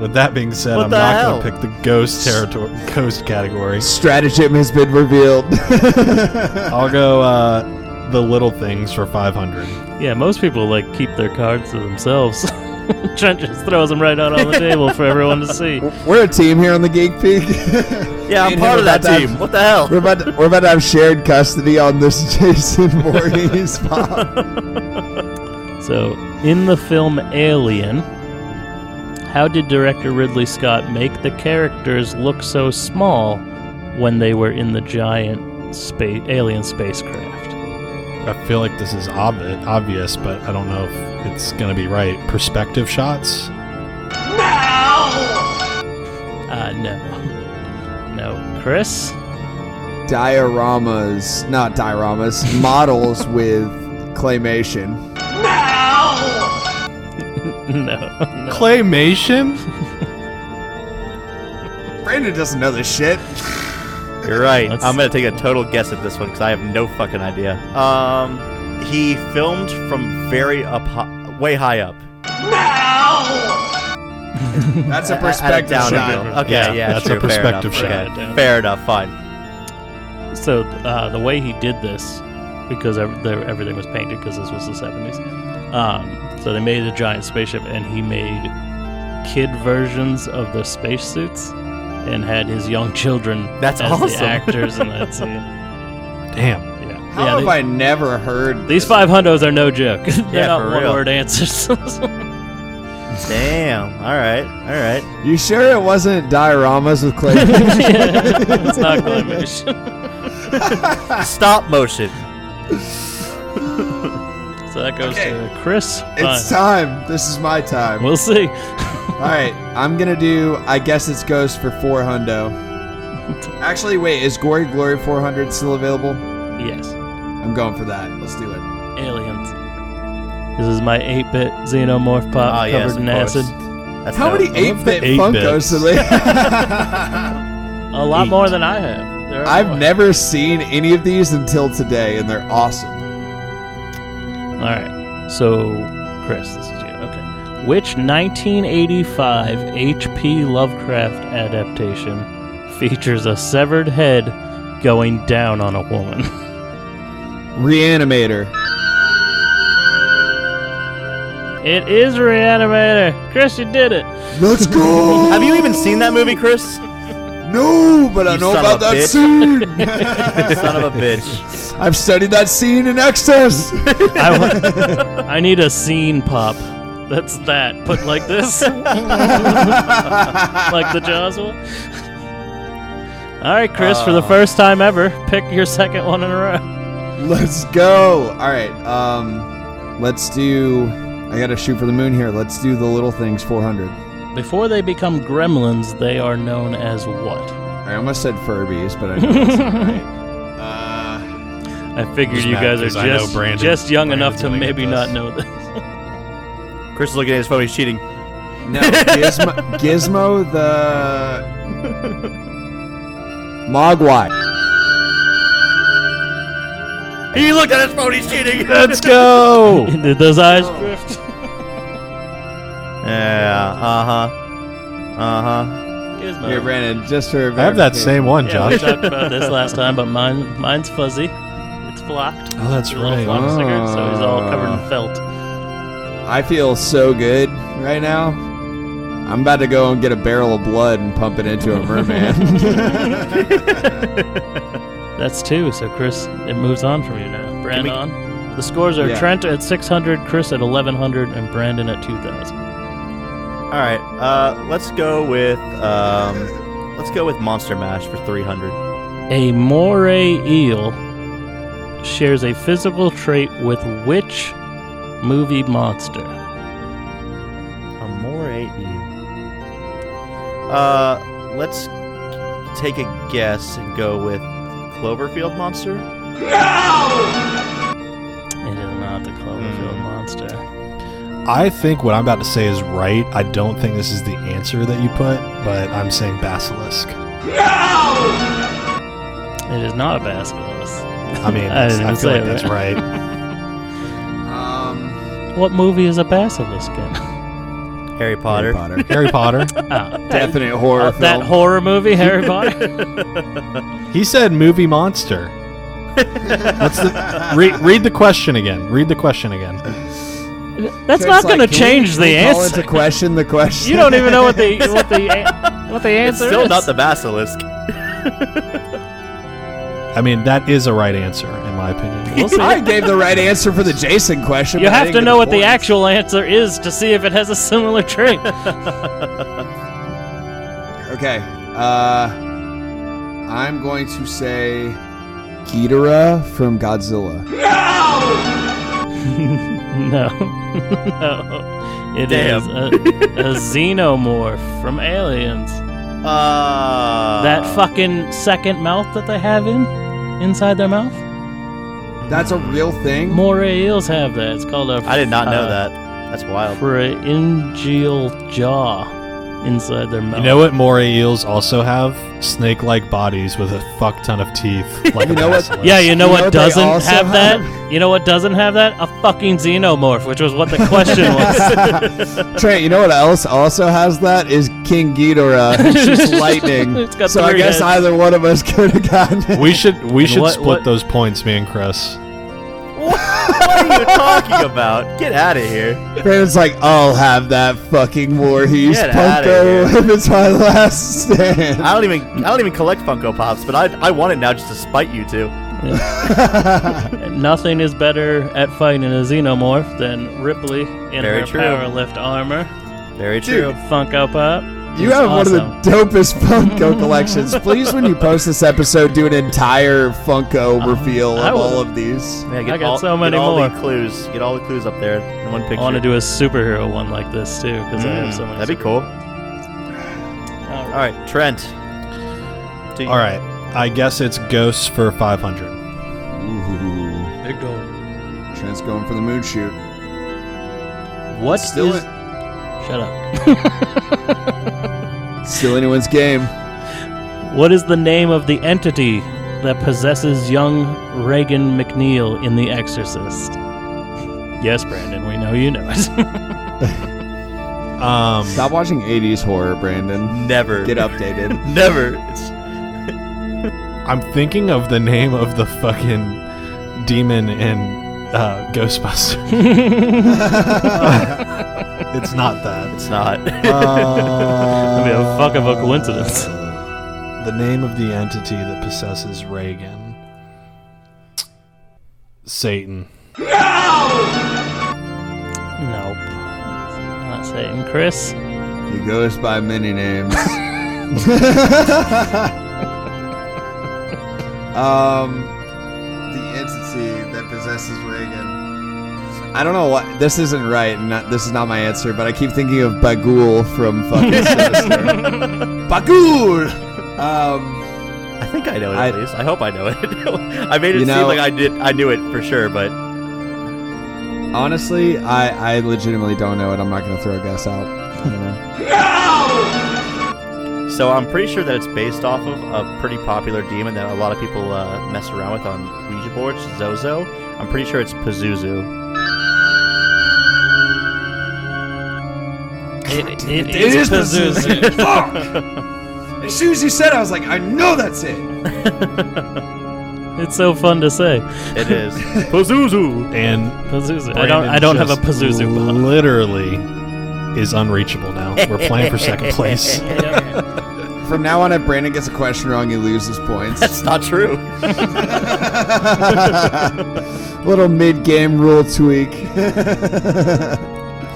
Speaker 4: with that being said,
Speaker 5: What
Speaker 4: I'm
Speaker 5: the
Speaker 4: not
Speaker 5: hell?
Speaker 4: gonna pick the ghost territory, ghost category.
Speaker 3: Stratagem has been revealed.
Speaker 4: I'll go uh, the little things for 500.
Speaker 2: Yeah, most people like keep their cards to themselves. Trent just throws them right out on the table for everyone to see.
Speaker 3: We're a team here on the Geek Peak.
Speaker 5: Yeah,
Speaker 3: Me
Speaker 5: I'm
Speaker 3: and
Speaker 5: part
Speaker 3: him
Speaker 5: of
Speaker 3: about
Speaker 5: that
Speaker 3: to have-
Speaker 5: team. What the hell?
Speaker 3: We're about, to, we're about to have shared custody on this Jason Voorhees pop.
Speaker 2: So, in the film Alien, how did director Ridley Scott make the characters look so small when they were in the giant spa- alien spacecraft?
Speaker 4: I feel like this is ob- obvious, but I don't know if it's gonna be right. Perspective shots.
Speaker 2: Uh, no. No. Chris?
Speaker 3: Dioramas, not dioramas, models with claymation.
Speaker 2: No.
Speaker 4: Claymation.
Speaker 3: Brandon doesn't know this shit.
Speaker 5: You're right.
Speaker 2: Let's-
Speaker 5: I'm gonna take a total guess at this one because I have no fucking idea. Um, he filmed from very up, hi- way high up.
Speaker 3: That's a
Speaker 5: At- at
Speaker 3: perspective
Speaker 5: down
Speaker 3: shot.
Speaker 5: angle. Okay, yeah,
Speaker 4: Yeah, that's
Speaker 5: true,
Speaker 4: a
Speaker 5: fair enough,
Speaker 4: perspective
Speaker 5: okay.
Speaker 2: shot.
Speaker 5: Fair enough. Fine.
Speaker 2: So uh, the way he did this, because ev- there- everything was painted, because this was the seventies. Um, so they made a giant spaceship, and he made kid versions of the spacesuits, and had his young children
Speaker 5: That's
Speaker 2: as
Speaker 5: awesome.
Speaker 2: the actors in that scene. Yeah,
Speaker 4: Damn.
Speaker 2: yeah.
Speaker 3: How have
Speaker 2: they-
Speaker 3: I never heard
Speaker 2: these five hundos are no joke. They're
Speaker 5: Yeah,
Speaker 2: not
Speaker 5: for
Speaker 2: one
Speaker 5: real.
Speaker 2: word answers.
Speaker 5: Damn. All right. All right.
Speaker 3: You sure it wasn't dioramas with claymation?
Speaker 2: it's not claymation.
Speaker 5: Stop motion.
Speaker 2: So that goes
Speaker 3: Okay.
Speaker 2: to Chris.
Speaker 3: it's
Speaker 2: Fine.
Speaker 3: time. This is my time.
Speaker 2: We'll see.
Speaker 3: All right, I'm gonna do. I guess it's Ghost for four hundo. Actually, wait, is Gory Glory 400 still available?
Speaker 2: Yes.
Speaker 3: I'm going for that. Let's do it.
Speaker 2: Aliens. This is my 8 bit xenomorph pop
Speaker 5: Ah,
Speaker 2: covered
Speaker 5: yes, of
Speaker 2: in
Speaker 5: course.
Speaker 2: acid.
Speaker 5: That's
Speaker 3: How
Speaker 5: no-
Speaker 3: many
Speaker 4: I
Speaker 3: eight
Speaker 4: love the
Speaker 3: bit
Speaker 4: 8-bit.
Speaker 3: Funkos do they
Speaker 2: A lot
Speaker 4: Eight.
Speaker 2: more than I have. There are more.
Speaker 3: I've never seen any of these until today, and they're awesome.
Speaker 2: Alright, so, Chris, this is you. Okay. Which 1985 H.P. Lovecraft adaptation features a severed head going down on a woman?
Speaker 3: Reanimator.
Speaker 2: it is Reanimator! Chris, you did it!
Speaker 3: Let's go!
Speaker 5: Have you even seen that movie, Chris?
Speaker 3: No, but I
Speaker 5: You
Speaker 3: know
Speaker 5: son
Speaker 3: about
Speaker 5: of
Speaker 3: that
Speaker 5: a bitch.
Speaker 3: scene.
Speaker 5: Son of a bitch.
Speaker 3: I've studied that scene in excess.
Speaker 2: I, wa- I need a scene pop. That's that. Put like this. like the Jaws one. All right, Chris, for the
Speaker 5: Uh.
Speaker 2: first time ever, pick your second one in a row.
Speaker 3: Let's go. All right. Um, let's do. I gotta shoot for the moon here. Let's do the little things. Four hundred.
Speaker 2: Before they become gremlins, they are known as what?
Speaker 3: I almost said Furbies, but I Uh, know that's not right.
Speaker 2: I figured
Speaker 4: Just
Speaker 2: you
Speaker 4: mad
Speaker 2: guys are
Speaker 4: because I know
Speaker 2: just,
Speaker 4: Brandon-
Speaker 2: just young
Speaker 4: Brandon's
Speaker 2: enough to
Speaker 4: gonna get
Speaker 2: maybe
Speaker 4: this.
Speaker 2: not know this.
Speaker 5: Chris is looking at his phone. He's cheating.
Speaker 3: Uh, no, Gizmo, Gizmo the Mogwai.
Speaker 5: He looked at his phone. He's cheating.
Speaker 4: Let's go.
Speaker 2: Did those eyes drift?
Speaker 5: yeah. Uh huh. Uh huh.
Speaker 2: Gizmo.
Speaker 3: Here, Brandon, just for
Speaker 4: I have that same one,
Speaker 2: Yeah, we
Speaker 4: Josh.
Speaker 2: talked about this last time, but mine mine's fuzzy. It's flocked.
Speaker 4: Oh, that's
Speaker 2: It's a little
Speaker 4: right.
Speaker 2: flock sticker, so he's all covered
Speaker 3: Ah.
Speaker 2: in felt.
Speaker 3: I feel so good right now. I'm about to go and get a barrel of blood and pump it into a merman.
Speaker 2: That's two. So Chris, it moves on from you now. Brandon.
Speaker 5: we-
Speaker 2: on. The scores are
Speaker 3: Yeah.
Speaker 2: Trent at 600, Chris at 1100, and Brandon at 2000.
Speaker 5: All right. Uh, let's go with um, let's go with Monster Mash for 300.
Speaker 2: A moray eel shares a physical trait with which movie monster?
Speaker 5: Amore you. Uh, let's take a guess and go with Cloverfield Monster.
Speaker 2: It is not the Cloverfield
Speaker 5: Mm.
Speaker 2: monster.
Speaker 4: I think what I'm about to say is right. I don't think this is the answer that you put, but I'm saying basilisk.
Speaker 2: It is not a basilisk.
Speaker 4: I mean,
Speaker 2: I
Speaker 4: that's-
Speaker 2: didn't
Speaker 4: I,
Speaker 2: even
Speaker 4: feel
Speaker 2: say
Speaker 4: like
Speaker 2: it,
Speaker 4: that's right.
Speaker 3: um,
Speaker 2: What movie is a basilisk in?
Speaker 5: Harry Potter.
Speaker 3: Potter.
Speaker 4: Harry Potter.
Speaker 2: Ah,
Speaker 3: Definite horror
Speaker 2: uh,
Speaker 3: film.
Speaker 2: that horror movie, Harry Potter.
Speaker 4: He said movie monster. What's the, read, read the question again. Read the question again.
Speaker 2: That's
Speaker 3: Trent's
Speaker 2: not
Speaker 3: like,
Speaker 2: going to
Speaker 3: "Can
Speaker 2: change
Speaker 3: we-
Speaker 2: the
Speaker 3: can we call
Speaker 2: answer.
Speaker 3: It to question the question.
Speaker 2: You don't even know what the what the an- what the
Speaker 5: It's
Speaker 2: answer
Speaker 5: still
Speaker 2: is.
Speaker 5: not the basilisk.
Speaker 4: I mean, that is a right answer in my opinion.
Speaker 2: We'll see.
Speaker 3: I gave the right answer for the Jason question.
Speaker 2: you
Speaker 3: but I
Speaker 2: have
Speaker 3: didn't
Speaker 2: to
Speaker 3: get
Speaker 2: know what the
Speaker 3: points.
Speaker 2: actual answer is to see if it has a similar trait.
Speaker 3: Okay. Uh, I'm going to say Ghidorah from Godzilla.
Speaker 2: no, no, It is
Speaker 5: Damn.
Speaker 2: a, a xenomorph from Aliens.
Speaker 5: Uh,
Speaker 2: that fucking second mouth that they have in inside their mouth.
Speaker 3: That's a real thing.
Speaker 2: Moray eels have that. It's called a.
Speaker 5: I did not know
Speaker 2: uh,
Speaker 5: that. That's wild.
Speaker 2: Pharyngeal jaw inside their mouth.
Speaker 4: You know what moray eels also have? Snake-like bodies with a fuck ton of teeth. Like
Speaker 3: You
Speaker 4: a
Speaker 3: know what-
Speaker 4: basilisk.
Speaker 2: Yeah, you know
Speaker 3: You
Speaker 2: what
Speaker 3: know they
Speaker 2: doesn't
Speaker 3: also
Speaker 2: have
Speaker 3: have-
Speaker 2: that? You know what doesn't have that? A fucking xenomorph, which was what the question was.
Speaker 3: Trent, you know what else also has that is King Ghidorah. It's just lightning.
Speaker 2: It's got
Speaker 3: so I
Speaker 2: three
Speaker 3: guess
Speaker 2: heads.
Speaker 3: either one of us could have gotten it.
Speaker 4: We should we
Speaker 2: And
Speaker 4: should
Speaker 2: what-
Speaker 4: split
Speaker 2: what-
Speaker 4: those points, me and Chris.
Speaker 5: what are you talking about? Get out of here.
Speaker 3: Brandon's like, I'll have that fucking Voorhees
Speaker 5: Get outta
Speaker 3: Funko
Speaker 5: here.
Speaker 3: if it's my last stand.
Speaker 5: I don't even I don't even collect Funko Pops, but I I want it now just to spite you two.
Speaker 2: Nothing is better at fighting a xenomorph than Ripley in
Speaker 5: Very
Speaker 2: her
Speaker 5: true.
Speaker 2: power lift armor.
Speaker 5: Very
Speaker 3: Dude.
Speaker 5: true.
Speaker 2: Funko Pop.
Speaker 3: You
Speaker 2: It's
Speaker 3: have one
Speaker 2: awesome.
Speaker 3: of the dopest Funko collections. Please, when you post this episode, do an entire Funko reveal
Speaker 2: Um, I
Speaker 3: of
Speaker 2: will.
Speaker 3: all of these.
Speaker 5: Yeah,
Speaker 2: I got so many
Speaker 5: get all
Speaker 2: more.
Speaker 5: the clues. Get all the clues up there in one picture.
Speaker 2: I want to do a superhero one like this too, because I have so
Speaker 5: Mm,
Speaker 2: many.
Speaker 5: That'd be cool.
Speaker 2: super-
Speaker 5: All right, Trent. Do you-
Speaker 4: All right, I guess it's ghosts for 500.
Speaker 3: Ooh,
Speaker 2: Big door.
Speaker 3: Trent's going for the moon shoot.
Speaker 2: What
Speaker 3: Still,
Speaker 2: is- Shut up.
Speaker 3: still anyone's game.
Speaker 2: What is the name of the entity that possesses young Reagan McNeil in The Exorcist? Yes, Brandon, we know you know it.
Speaker 4: Um,
Speaker 3: Stop watching '80s horror, Brandon.
Speaker 5: Never.
Speaker 3: Get updated.
Speaker 5: Never. It's
Speaker 4: I'm thinking of the name of the fucking demon in uh, Ghostbusters. it's not that.
Speaker 5: it's not.
Speaker 4: Uh,
Speaker 2: That'd be a fuck of a coincidence.
Speaker 4: The name of the entity that possesses Reagan. Satan.
Speaker 2: Nope. Not Satan. Chris?
Speaker 3: he goes by many names. um,
Speaker 6: the entity that possesses Reagan.
Speaker 3: I don't know what this isn't right. and Not this is not my answer, but I keep thinking of Bagul from fucking Sinister. Bagul. Um,
Speaker 5: I think I know it
Speaker 3: I-
Speaker 5: at least. I hope I know it. I made it
Speaker 3: You know-
Speaker 5: seem like I did. I knew it for sure, but
Speaker 3: honestly, I I legitimately don't know it. I'm not gonna throw a guess out. I don't know.
Speaker 5: so I'm pretty sure that it's based off of a pretty popular demon that a lot of people uh, mess around with on Ouija boards, Zozo. I'm pretty sure it's Pazuzu.
Speaker 2: It, it
Speaker 3: It
Speaker 2: is Pazuzu.
Speaker 3: Fuck. As soon as you said, it, I was like, I know that's it.
Speaker 2: it's so fun to say.
Speaker 5: It is Pazuzu.
Speaker 4: And
Speaker 2: Pazuzu. I don't.
Speaker 4: Brandon
Speaker 2: I don't have a
Speaker 4: just
Speaker 2: Pazuzu. bot.
Speaker 4: Literally is unreachable now. We're playing for second place.
Speaker 3: From now on, if Brandon gets a question wrong, he loses points.
Speaker 5: That's not true.
Speaker 3: Little mid-game rule tweak.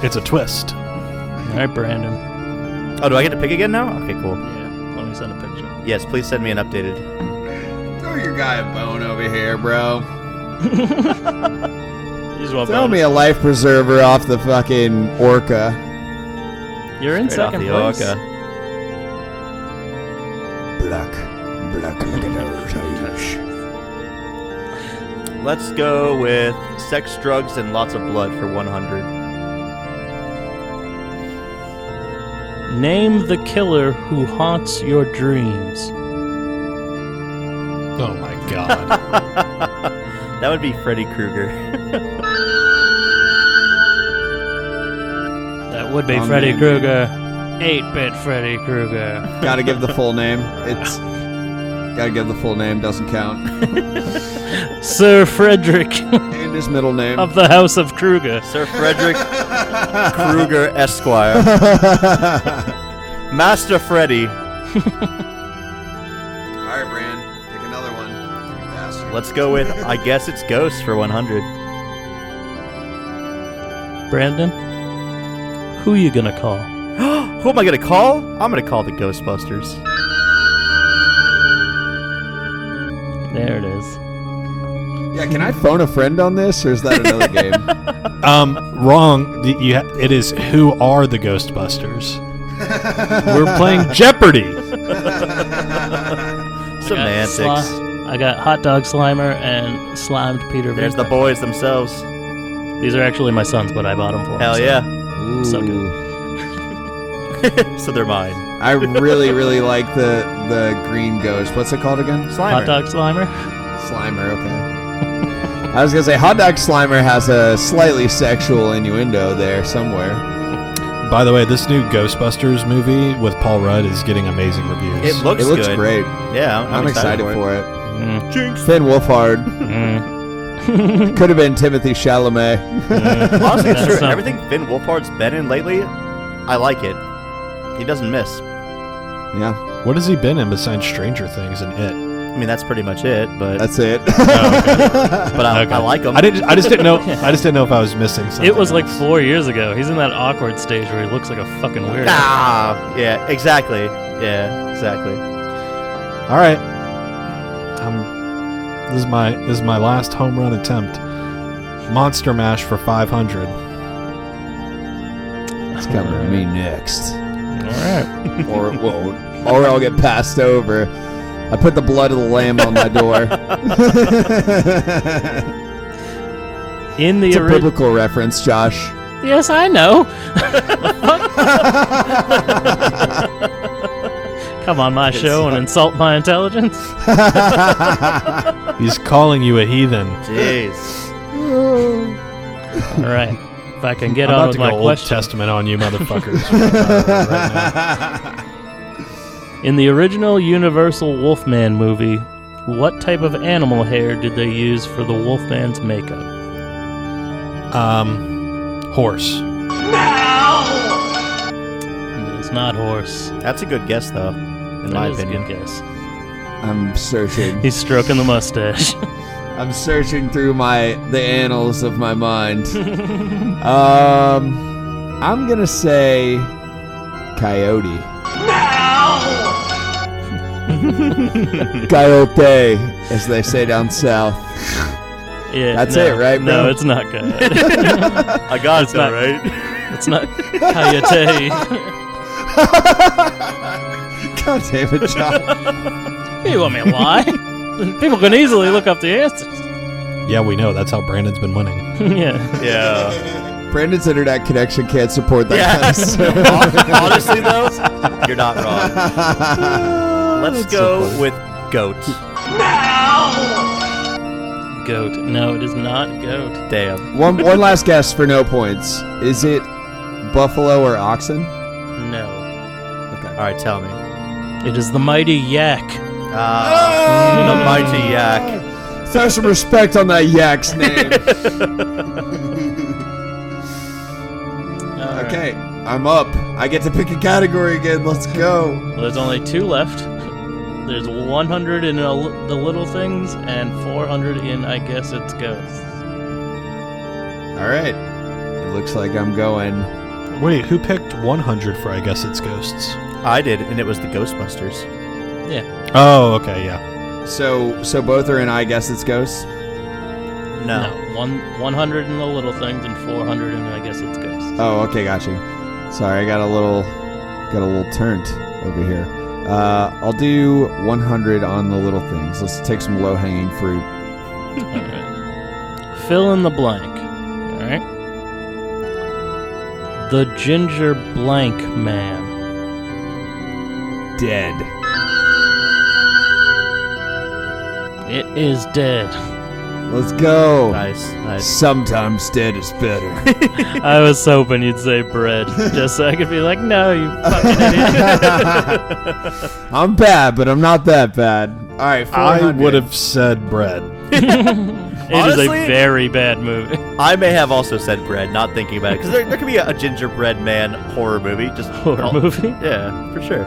Speaker 4: It's a twist.
Speaker 2: All right, Brandon.
Speaker 5: Oh, do I get to pick again now? Okay, cool.
Speaker 2: Yeah. Let me send a picture.
Speaker 5: Yes, please send me an updated.
Speaker 3: Throw your guy a bone over here, bro.
Speaker 2: You just want
Speaker 3: Throw
Speaker 2: bonus.
Speaker 3: me a life preserver off the fucking orca.
Speaker 2: You're in
Speaker 5: Straight off
Speaker 2: second
Speaker 5: the
Speaker 2: place.
Speaker 5: Orca.
Speaker 3: Black, black, look at those eyes.
Speaker 5: Let's go with sex, drugs, and lots of blood for 100.
Speaker 2: Name the killer who haunts your dreams.
Speaker 4: Oh my god.
Speaker 5: That would be Freddy Krueger.
Speaker 2: That would be
Speaker 3: Oh,
Speaker 2: Freddy
Speaker 3: man.
Speaker 2: Krueger. 8-bit Freddy Krueger.
Speaker 3: Gotta give the full name. It's gotta give the full name. Doesn't count.
Speaker 2: Sir Frederick
Speaker 3: And his middle name.
Speaker 2: of the House of Kruger.
Speaker 5: Sir Frederick Krueger Esquire. Master Freddy.
Speaker 3: All right, Brand, pick another one. you bastard.
Speaker 5: Let's go with I guess it's Ghost for 100.
Speaker 2: Brandon, who you gonna call?
Speaker 5: Who am I going to call? I'm going to call the Ghostbusters.
Speaker 2: There it is.
Speaker 3: Yeah, can I phone a friend on this, or is that another game?
Speaker 4: um, wrong. The- you ha- it is who are the Ghostbusters? We're playing Jeopardy.
Speaker 2: I got
Speaker 5: Semantics.
Speaker 2: Sli- I got hot dog slimer and slimed Peter.
Speaker 5: There's the
Speaker 2: Vincent.
Speaker 5: boys themselves.
Speaker 2: These are actually my sons, but I bought them for 'em,
Speaker 5: Hell
Speaker 2: so
Speaker 5: yeah.
Speaker 2: I'm So good.
Speaker 5: So they're mine.
Speaker 3: I really, really like the the green ghost. What's it called again?
Speaker 2: Hot
Speaker 5: Slimer.
Speaker 2: dog slimer.
Speaker 3: Slimer. Okay. I was gonna say hot dog Slimer has a slightly sexual innuendo there somewhere.
Speaker 4: By the way, this new Ghostbusters movie with Paul Rudd is getting amazing reviews.
Speaker 5: It looks
Speaker 3: it looks
Speaker 5: good.
Speaker 3: great.
Speaker 5: Yeah, I'm,
Speaker 3: I'm, excited,
Speaker 5: for it.
Speaker 3: for it.
Speaker 2: Mm,
Speaker 3: Finn Wolfhard
Speaker 2: mm.
Speaker 3: could have been Timothy Chalamet.
Speaker 5: Honestly, it's
Speaker 2: That's
Speaker 5: true.
Speaker 2: something.
Speaker 5: Everything Finn Wolfhard's been in lately, I like it. He doesn't miss.
Speaker 3: Yeah,
Speaker 4: what has he been in besides Stranger Things and It?
Speaker 5: I mean, that's pretty much it. But
Speaker 3: that's it.
Speaker 5: but I,
Speaker 4: Okay.
Speaker 5: I like him.
Speaker 4: I didn't. I just didn't know. I just didn't know if I was missing something.
Speaker 2: It was like
Speaker 4: else.
Speaker 2: four years ago. He's in that awkward stage where he looks like a fucking weirdo.
Speaker 5: Ah, yeah, exactly. Yeah, exactly.
Speaker 4: All right. Um, this is my this is my last home run attempt. Monster Mash for 500.
Speaker 3: it's coming to me next.
Speaker 2: All right.
Speaker 3: or it won't, or I'll get passed over. I put the blood of the lamb on my door.
Speaker 2: In the
Speaker 3: it's a
Speaker 2: original.
Speaker 3: biblical reference, Josh.
Speaker 2: Yes, I know. Come on my show and insult my intelligence.
Speaker 4: He's calling you a heathen.
Speaker 5: Jeez.
Speaker 2: All right. If I can get
Speaker 4: I'm
Speaker 2: on
Speaker 4: about
Speaker 2: with
Speaker 4: to
Speaker 2: my
Speaker 4: go Old
Speaker 2: question.
Speaker 4: Testament on you, motherfuckers.
Speaker 2: In the original Universal Wolfman movie, what type of animal hair did they use for the Wolfman's makeup?
Speaker 4: um, horse.
Speaker 2: It's not horse.
Speaker 5: That's a good guess, though, in
Speaker 2: That
Speaker 5: my
Speaker 2: is a
Speaker 5: opinion.
Speaker 2: good guess.
Speaker 3: I'm searching.
Speaker 2: He's stroking the mustache.
Speaker 3: I'm searching through my the annals of my mind. um, I'm gonna say coyote. Coyote, as they say down south.
Speaker 2: Yeah,
Speaker 3: That's
Speaker 2: no,
Speaker 3: it, right,
Speaker 2: No,
Speaker 3: bro?
Speaker 2: it's not good.
Speaker 5: I got it,
Speaker 2: not-
Speaker 5: though, right?
Speaker 2: it's not coyote.
Speaker 3: God damn it, John.
Speaker 2: you want me to lie? People can easily look up the answers.
Speaker 4: Yeah, we know. That's how Brandon's been winning.
Speaker 2: yeah.
Speaker 5: Yeah.
Speaker 3: Brandon's internet connection can't support that kind of stuff.
Speaker 5: Honestly, though, you're not wrong. Let's go with goat.
Speaker 2: Goat. No, it is not goat.
Speaker 5: Damn.
Speaker 3: One, one last guess for no points. Is it buffalo or oxen?
Speaker 2: No.
Speaker 5: All right, tell me.
Speaker 2: It is the mighty yak. Oh!
Speaker 5: Ah, the mighty yak.
Speaker 3: Throw some respect on that yak's name.
Speaker 2: All
Speaker 3: okay, I'm up. I get to pick a category again. Let's go.
Speaker 2: Well, there's only two left. There's 100 in a, the little things and 400 in, I guess it's ghosts.
Speaker 3: All right. It looks like I'm going.
Speaker 4: Wait, who picked 100 for I guess it's ghosts?
Speaker 5: I did, and it was the Ghostbusters.
Speaker 2: Yeah.
Speaker 4: Oh, okay, yeah.
Speaker 3: So, so both are in. I guess it's ghosts.
Speaker 5: No.
Speaker 2: No. One, 100 in the little things and 400 in, I guess it's ghosts.
Speaker 3: Oh, okay, got you. Sorry, I got a little, got a little turnt over here. Uh, I'll do 100 on the little things. Let's take some low hanging fruit.
Speaker 2: All right. Fill in the blank. All right. The ginger blank man.
Speaker 3: Dead.
Speaker 2: It is dead.
Speaker 3: Let's go.
Speaker 5: Nice, nice.
Speaker 3: Sometimes dead is better.
Speaker 2: I was hoping you'd say bread, just so I could be like, no, you fucking idiot.
Speaker 3: I'm bad, but I'm not that bad. All right, 400.
Speaker 4: I would have said bread.
Speaker 2: It is
Speaker 5: Honestly-
Speaker 2: a very bad movie.
Speaker 5: I may have also said bread, not thinking about it, because there, there could be a, a gingerbread man horror movie. Just
Speaker 2: Horror
Speaker 5: all-
Speaker 2: movie?
Speaker 5: Yeah, for sure.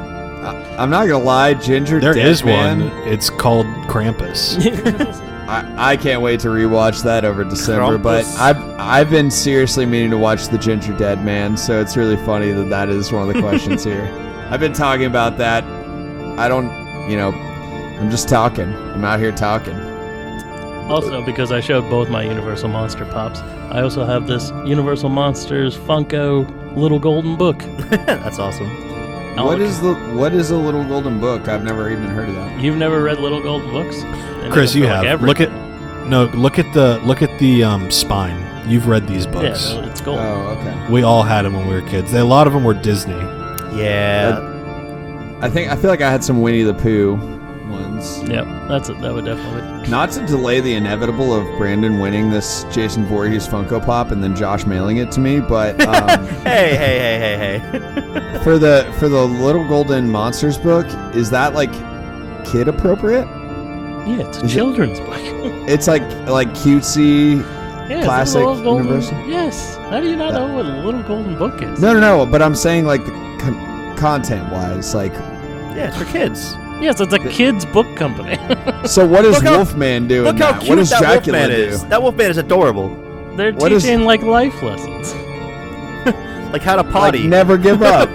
Speaker 3: I'm not gonna lie, Ginger.
Speaker 4: There
Speaker 3: Dead
Speaker 4: is
Speaker 3: Man,
Speaker 4: one. It's called Krampus.
Speaker 3: I, I can't wait to rewatch that over December. But
Speaker 5: Krampus.
Speaker 3: I've I've been seriously meaning to watch the Ginger Dead Man, so it's really funny that that is one of the questions here. I've been talking about that. I don't, you know, I'm just talking. I'm out here talking.
Speaker 2: Also, because I showed both my Universal Monster pops, I also have this Universal Monsters Funko Little Golden Book.
Speaker 5: That's awesome.
Speaker 2: I'll
Speaker 3: What
Speaker 2: look-
Speaker 3: is the What is a little golden book? I've never even heard of that.
Speaker 2: You've never read Little Golden Books? They make
Speaker 4: Chris,
Speaker 2: them
Speaker 4: you
Speaker 2: for, like,
Speaker 4: have. Look at
Speaker 2: everything.
Speaker 4: No, look at the look at the um, spine. You've read these books.
Speaker 2: Yeah, it's gold.
Speaker 3: Oh, okay.
Speaker 4: we all had them when we were kids. They- A lot of them were Disney.
Speaker 5: Yeah.
Speaker 3: I think I feel like I had some Winnie the Pooh ones.
Speaker 2: Yep, that's it. That would definitely.
Speaker 3: Not to delay the inevitable of Brandon winning this Jason Voorhees Funko Pop and then Josh mailing it to me, but um,
Speaker 5: Uh, Hey, hey, hey, hey, hey.
Speaker 3: for the for the Little Golden Monsters book, is that like kid appropriate?
Speaker 2: Yeah, it's a
Speaker 3: Is it-
Speaker 2: children's book. yeah,
Speaker 3: It's like like cutesy.
Speaker 2: it's
Speaker 3: Classic
Speaker 2: Little Golden-
Speaker 3: Universal?
Speaker 2: Yes. How do you not know what a Little Golden Book is?
Speaker 3: No, no, no. But I'm saying like the con- content wise, like.
Speaker 5: Yeah, it's for kids.
Speaker 2: Yes, it's a kids' book company.
Speaker 3: So what does
Speaker 5: Look how-
Speaker 3: Wolfman do? in
Speaker 5: Look how
Speaker 3: that?
Speaker 5: cute
Speaker 3: what does
Speaker 5: that
Speaker 3: Dracula
Speaker 5: Wolfman
Speaker 3: do?
Speaker 5: is. That Wolfman is adorable.
Speaker 2: They're
Speaker 3: What is-
Speaker 2: teaching like life lessons.
Speaker 5: Like how to
Speaker 3: Like,
Speaker 5: potty.
Speaker 3: never give up.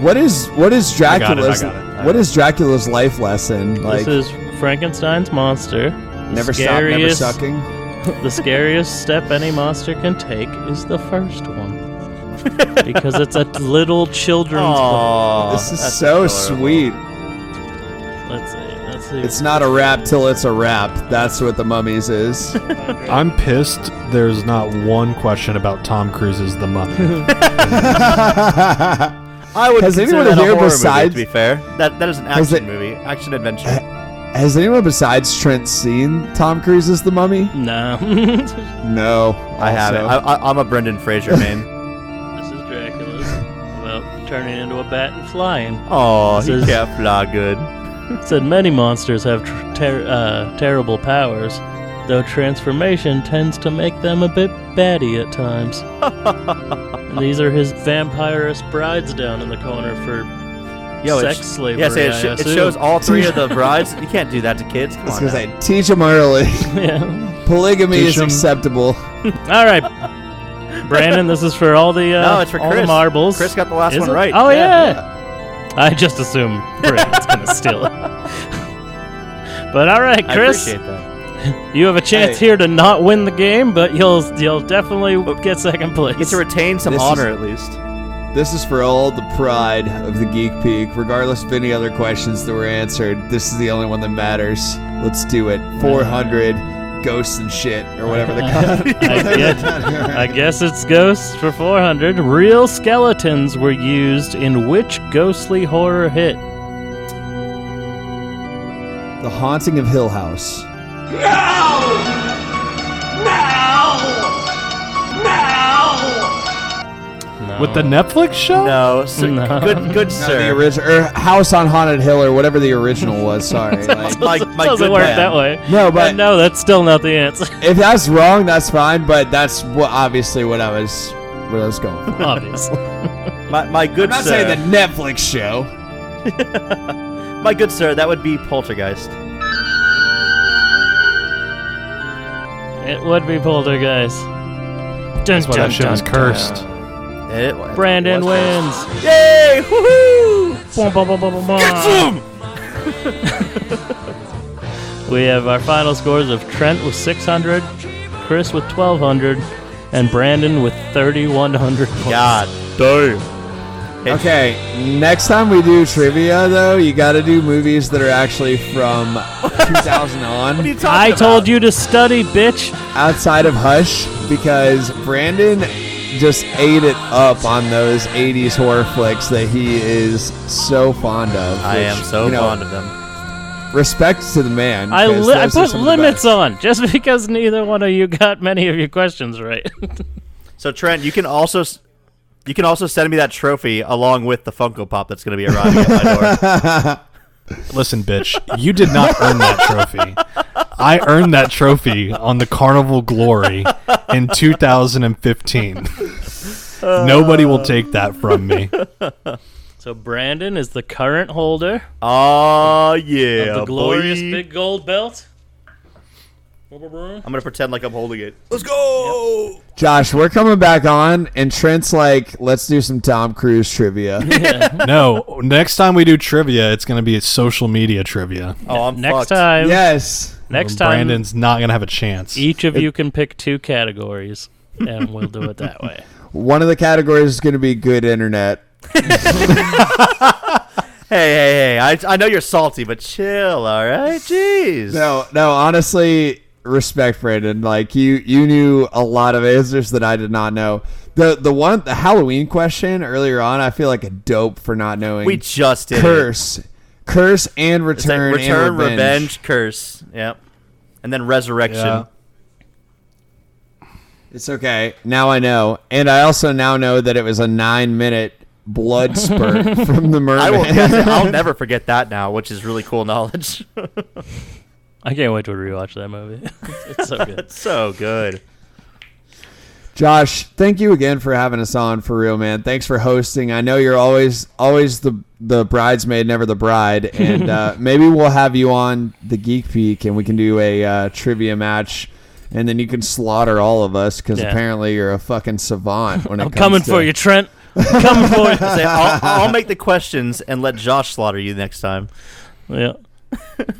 Speaker 3: what is what is
Speaker 4: I got it, I
Speaker 3: Dracula's?
Speaker 4: got it, I
Speaker 3: What is Dracula's life lesson? Like
Speaker 2: this is Frankenstein's monster. The
Speaker 3: never stop, never
Speaker 2: scariest,
Speaker 3: sucking.
Speaker 2: The scariest step any monster can take is the first one. because it's a little children's
Speaker 5: Aw,
Speaker 3: this is
Speaker 5: that's
Speaker 3: so
Speaker 5: adorable.
Speaker 3: sweet.
Speaker 2: book. Let's see. Let's see.
Speaker 3: It's not a rap till it's a rap. That's what the mummies is.
Speaker 4: I'm pissed. There's not one question about Tom Cruise's The Mummy.
Speaker 5: I would
Speaker 3: Has
Speaker 5: consider
Speaker 3: anyone
Speaker 5: that a
Speaker 3: here
Speaker 5: horror
Speaker 3: besides-
Speaker 5: movie, to be fair. That that is an
Speaker 3: Has
Speaker 5: action
Speaker 3: it-
Speaker 5: movie, action adventure.
Speaker 3: Has anyone besides Trent seen Tom Cruise's The Mummy?
Speaker 2: no. this is
Speaker 3: No,
Speaker 5: I have it. I,
Speaker 3: also.
Speaker 5: I, I'm a Brendan Fraser man.
Speaker 2: Dracula's about turning into a bat and flying.
Speaker 5: Oh, he
Speaker 2: This is-
Speaker 5: can't fly good.
Speaker 2: It said many monsters have tr- ter- uh, terrible powers, though transformation tends to make them a bit batty at times. And these are his vampirous brides down in the corner for
Speaker 5: Yo,
Speaker 2: sex
Speaker 5: it, sh-
Speaker 2: slavery.
Speaker 5: Yeah, see, it,
Speaker 2: I
Speaker 5: sh- it
Speaker 2: assume.
Speaker 5: shows all three of the brides. You can't do that to kids. Come
Speaker 3: I was
Speaker 5: on
Speaker 3: gonna
Speaker 5: now.
Speaker 3: say, teach them early.
Speaker 2: Yeah.
Speaker 3: Polygamy
Speaker 4: Teach
Speaker 3: is
Speaker 4: 'em.
Speaker 3: acceptable.
Speaker 2: All right, Brandon, this is for all the uh,
Speaker 5: No, it's for
Speaker 2: all the
Speaker 5: Chris.
Speaker 2: marbles.
Speaker 5: Chris got the last
Speaker 2: Is
Speaker 5: one
Speaker 2: it?
Speaker 5: right.
Speaker 2: Oh yeah.
Speaker 5: Yeah,
Speaker 2: I just assume Britain's gonna steal it. But all right,
Speaker 5: I
Speaker 2: Chris,
Speaker 5: appreciate that.
Speaker 2: you have a chance
Speaker 5: Hey.
Speaker 2: here to not win the game, but you'll you'll definitely get second place.
Speaker 5: Get to retain some
Speaker 3: This is-
Speaker 5: honor at least.
Speaker 6: This is for all the pride of the Geek Peak. Regardless of any other questions that were answered, this is the only one that matters. Let's do it. 400 ghosts and shit, or whatever the
Speaker 2: I guess, I guess it's ghosts for 400. Real skeletons were used in which ghostly horror hit?
Speaker 3: The Haunting of Hill House.
Speaker 4: With the Netflix show?
Speaker 5: No, so, good, good
Speaker 3: The
Speaker 5: sir.
Speaker 3: original or House on Haunted Hill or whatever the original was. Sorry. like-
Speaker 5: my- my
Speaker 2: doesn't
Speaker 5: good
Speaker 2: work
Speaker 5: man.
Speaker 2: that way.
Speaker 3: No, but-
Speaker 2: And no, that's still not the answer.
Speaker 3: if that's wrong, that's fine. But that's what obviously what I was what I was going. For. I'm
Speaker 2: Obviously.
Speaker 5: My, my good
Speaker 3: not
Speaker 5: sir.
Speaker 3: saying the Netflix show.
Speaker 5: my good sir, that would be Poltergeist.
Speaker 2: It would be Poltergeist. Dun,
Speaker 4: That's why
Speaker 2: dun,
Speaker 4: that shit
Speaker 2: dun,
Speaker 4: was
Speaker 2: dun.
Speaker 4: cursed.
Speaker 5: It was-
Speaker 2: Brandon
Speaker 5: it was
Speaker 2: wins.
Speaker 5: Yay! Woohoo!
Speaker 2: Bum, bum, bum, bum, bum, bum. we have our final scores of Trent with 600, Chris with 1200, and Brandon with 3100 points.
Speaker 5: God.
Speaker 3: Okay, next time we do trivia though, you got to do movies that are actually from 2000
Speaker 5: What are
Speaker 3: on,
Speaker 5: you
Speaker 2: I
Speaker 5: talking
Speaker 2: told you to study, bitch.
Speaker 3: outside of Hush, because Brandon just ate it up on those 80s horror flicks that he is so fond of.
Speaker 5: I am so fond of them.
Speaker 3: of. Respect to the man.
Speaker 2: I,
Speaker 3: 'cause
Speaker 2: li- I
Speaker 3: those are
Speaker 2: put
Speaker 3: some of the
Speaker 2: limits
Speaker 3: best.
Speaker 2: on just because neither one of you got many of your questions right.
Speaker 5: So Trent, you can also s- you can also send me that trophy along with the Funko Pop that's going to be arriving at my door.
Speaker 4: Listen, bitch, you did not earn that trophy. I earned that trophy on the Carnival Glory in 2015. Nobody will take that from me.
Speaker 2: so Brandon is the current holder
Speaker 5: Oh yeah,
Speaker 2: of the glorious
Speaker 5: boy.
Speaker 2: big gold belt.
Speaker 5: I'm gonna pretend like I'm holding it.
Speaker 3: Josh, we're coming back on, and Trent's like, let's do some Tom Cruise trivia.
Speaker 4: No, next time we do trivia, it's going to be social media trivia.
Speaker 5: Oh, I'm
Speaker 2: Next
Speaker 5: fucked.
Speaker 4: uh,
Speaker 2: time,
Speaker 3: yes.
Speaker 2: next time,
Speaker 4: Brandon's not going to have a chance.
Speaker 2: each of you can pick two categories, and we'll do it that way.
Speaker 3: One of the categories is going to be good internet.
Speaker 5: Hey, hey, hey! I, I know you're salty, but chill, all right? Jeez.
Speaker 3: No, no, honestly, respect Brandon. Like you you knew a lot of answers that I did not know. The the one the Halloween question earlier on, I feel like a dope for not knowing.
Speaker 5: we just did. it.
Speaker 3: curse. Curse and
Speaker 5: It's like
Speaker 3: return
Speaker 5: return,
Speaker 3: and
Speaker 5: revenge.
Speaker 3: revenge.
Speaker 5: curse. Yep. And then resurrection.
Speaker 4: Yeah.
Speaker 3: It's okay. Now I know. And I also now know that it was a 9 minute blood spurt from the mermaid.
Speaker 5: I will. I'll never forget that now, which is really cool knowledge.
Speaker 2: I can't wait to rewatch that movie. it's so good.
Speaker 5: so good.
Speaker 3: Josh, thank you again for having us on for real, man. Thanks for hosting. I know you're always always the the bridesmaid, never the bride, and uh, maybe we'll have you on the Geek Peak and we can do a uh, trivia match, and then you can slaughter all of us because
Speaker 2: Yeah.
Speaker 3: apparently you're a fucking savant when it
Speaker 2: I'm
Speaker 3: comes
Speaker 2: coming
Speaker 3: to
Speaker 2: for you, Trent. I'm coming for you.
Speaker 5: Say, I'll, I'll make the questions and let Josh slaughter you next time.
Speaker 2: Yeah.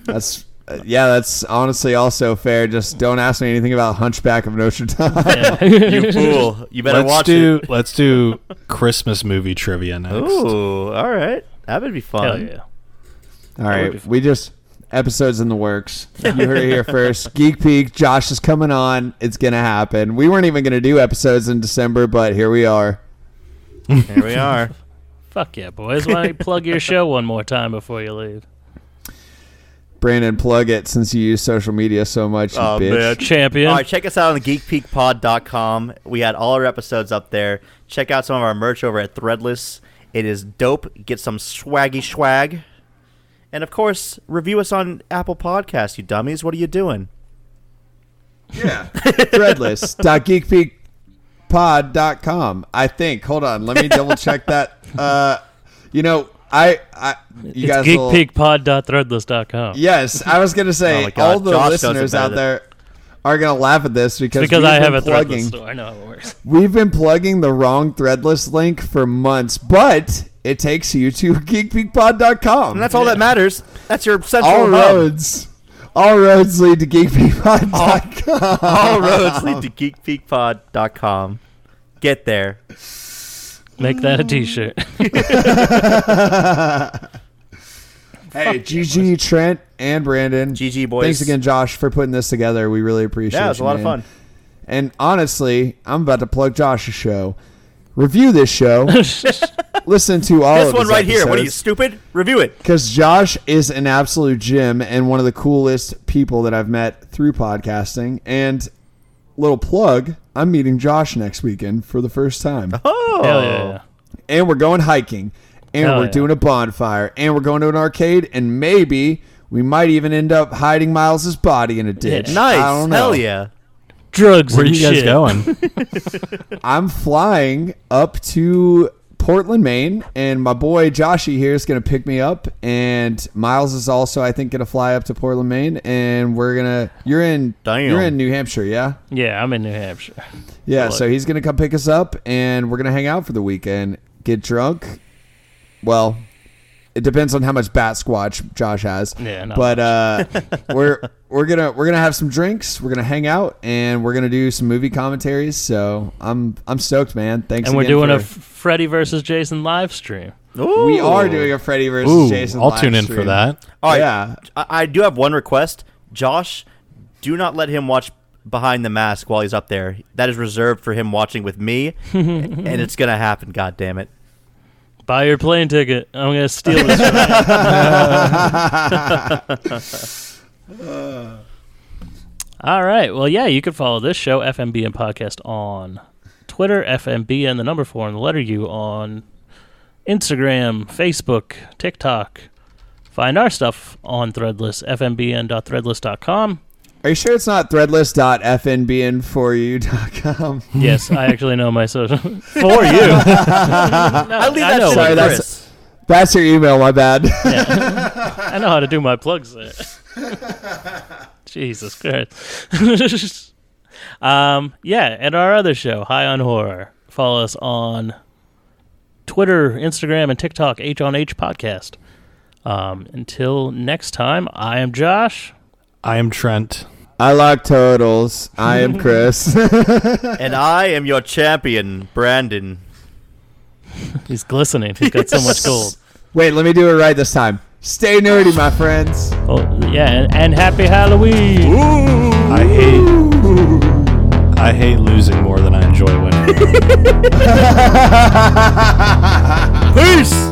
Speaker 3: That's uh, yeah, that's honestly also fair. Just don't ask me anything about Hunchback of Notre Dame.
Speaker 5: You fool! You better
Speaker 4: Let's
Speaker 5: watch
Speaker 4: do let's do Christmas movie trivia next.
Speaker 5: it. Ooh, all right. That would be
Speaker 2: Hell
Speaker 5: fun.
Speaker 2: yeah.
Speaker 3: All right, we just episodes in the works. You heard it here first. Geek Peak. Josh is coming on. It's gonna happen. We weren't even gonna do episodes in December, but here we are.
Speaker 5: Here we are.
Speaker 2: Fuck yeah, boys. Why don't you plug your show one more time before you leave?
Speaker 3: Brandon, plug it since you use social media so much. You
Speaker 5: Oh,
Speaker 3: bitch.
Speaker 5: bitch.
Speaker 2: Champion.
Speaker 5: All right, check us out on geekpeakpod.com. We had all our episodes up there. Check out some of our merch over at Threadless. It is dope. Get some swaggy swag. And of course, review us on Apple Podcasts, you dummies. What are you doing?
Speaker 6: Yeah.
Speaker 3: Threadless.geekpeakpod.com. I think. Hold on. Let me double check that. Uh, you know, I, I you
Speaker 2: it's
Speaker 3: guys will-
Speaker 2: geekpeakpod.threadless.com.
Speaker 3: Yes, I was gonna
Speaker 5: Oh
Speaker 3: say
Speaker 5: my God,
Speaker 3: all the
Speaker 5: Josh does it
Speaker 3: listeners out
Speaker 5: better.
Speaker 3: there are gonna laugh at this because
Speaker 2: Because
Speaker 3: we've
Speaker 2: I have a
Speaker 3: been plugging.
Speaker 2: threadless store. I know how it works.
Speaker 3: We've been plugging the wrong threadless link for months, but it takes you to geekpeakpod.com.
Speaker 5: And that's all that matters. That's your central
Speaker 3: all
Speaker 5: hub.
Speaker 3: roads. All roads lead to geekpeakpod.com.
Speaker 5: All roads lead to geekpeakpod.com. Get there.
Speaker 2: Make that a T-shirt.
Speaker 5: Oh,
Speaker 3: hey, GG, Trent, and Brandon.
Speaker 5: GG boys.
Speaker 3: Thanks again, Josh, for putting this together. We really appreciate it.
Speaker 5: Yeah, it was a
Speaker 3: you,
Speaker 5: lot of
Speaker 3: man.
Speaker 5: fun.
Speaker 3: And honestly, I'm about to plug Josh's show. Review this show. Listen to all
Speaker 5: This
Speaker 3: of
Speaker 5: one
Speaker 3: his
Speaker 5: right here. What are you
Speaker 3: episodes.
Speaker 5: stupid? Review it.
Speaker 3: Because Josh is an absolute gem and one of the coolest people that I've met through podcasting. And little plug, I'm meeting Josh next weekend for the first time.
Speaker 5: Oh,
Speaker 2: Hell yeah.
Speaker 3: And we're going hiking. And
Speaker 2: Hell
Speaker 3: we're
Speaker 2: yeah.
Speaker 3: doing a bonfire. And we're going to an arcade. And maybe we might even end up hiding Miles's body in a ditch.
Speaker 5: nice.
Speaker 3: I don't know.
Speaker 5: Hell yeah.
Speaker 2: Drugs
Speaker 4: Where are
Speaker 2: and
Speaker 4: you guys
Speaker 2: shit.
Speaker 4: going?
Speaker 3: I'm flying up to Portland, Maine, and my boy Joshy here is going to pick me up, and Miles is also, I think, going to fly up to Portland, Maine, and we're gonna. You're in.
Speaker 5: Damn.
Speaker 3: You're in New Hampshire, yeah,
Speaker 2: Yeah, I'm in New Hampshire.
Speaker 3: yeah.
Speaker 2: Look.
Speaker 3: So he's going to come pick us up, and we're going to hang out for the weekend, get drunk. Well, it depends on how much Bat Squatch Josh has.
Speaker 2: Yeah, not
Speaker 3: but uh, we're we're gonna we're gonna have some drinks. We're gonna hang out, and we're gonna do some movie commentaries. So I'm I'm stoked, man. Thanks.
Speaker 2: And we're
Speaker 3: again
Speaker 2: doing a
Speaker 3: for-
Speaker 2: Freddy versus Jason live stream.
Speaker 5: Ooh.
Speaker 3: We are doing a Freddy versus
Speaker 4: Ooh,
Speaker 3: Jason.
Speaker 4: I'll
Speaker 3: live
Speaker 4: tune in for
Speaker 3: stream.
Speaker 4: that.
Speaker 5: All right.
Speaker 3: Yeah.
Speaker 5: I, I do have one request. Josh, do not let him watch Behind the Mask while he's up there. That is reserved for him watching with me, and it's gonna happen. God damn it.
Speaker 2: Buy your plane ticket. I'm gonna steal this. from you. All right. Well, yeah, you can follow this show, FMBN Podcast, on Twitter, FMBN, the number four, and the letter U on Instagram, Facebook, TikTok. Find our stuff on Threadless, fmbn.threadless.com.
Speaker 3: Are you sure it's not threadless.fnbn4u.com?
Speaker 2: Yes, I actually know my social. For you. I,
Speaker 5: leave that shit
Speaker 2: what
Speaker 5: to
Speaker 2: it
Speaker 5: Chris.
Speaker 2: is.
Speaker 3: That's your email, my bad.
Speaker 2: I know how to do my plugs there. Jesus Christ. um, yeah, and our other show, High on Horror. Follow us on Twitter, Instagram, and TikTok, H on H Podcast. Um, until next time, I am Josh.
Speaker 4: I am Trent.
Speaker 3: I like totals. I am Chris.
Speaker 5: And I am your champion, Brandon.
Speaker 2: He's glistening. He's got so much gold.
Speaker 3: Wait, let me do it right this time. Stay nerdy, my friends.
Speaker 2: Oh, yeah, and, and happy Halloween.
Speaker 4: I hate. I hate losing more than I enjoy winning.
Speaker 5: Peace.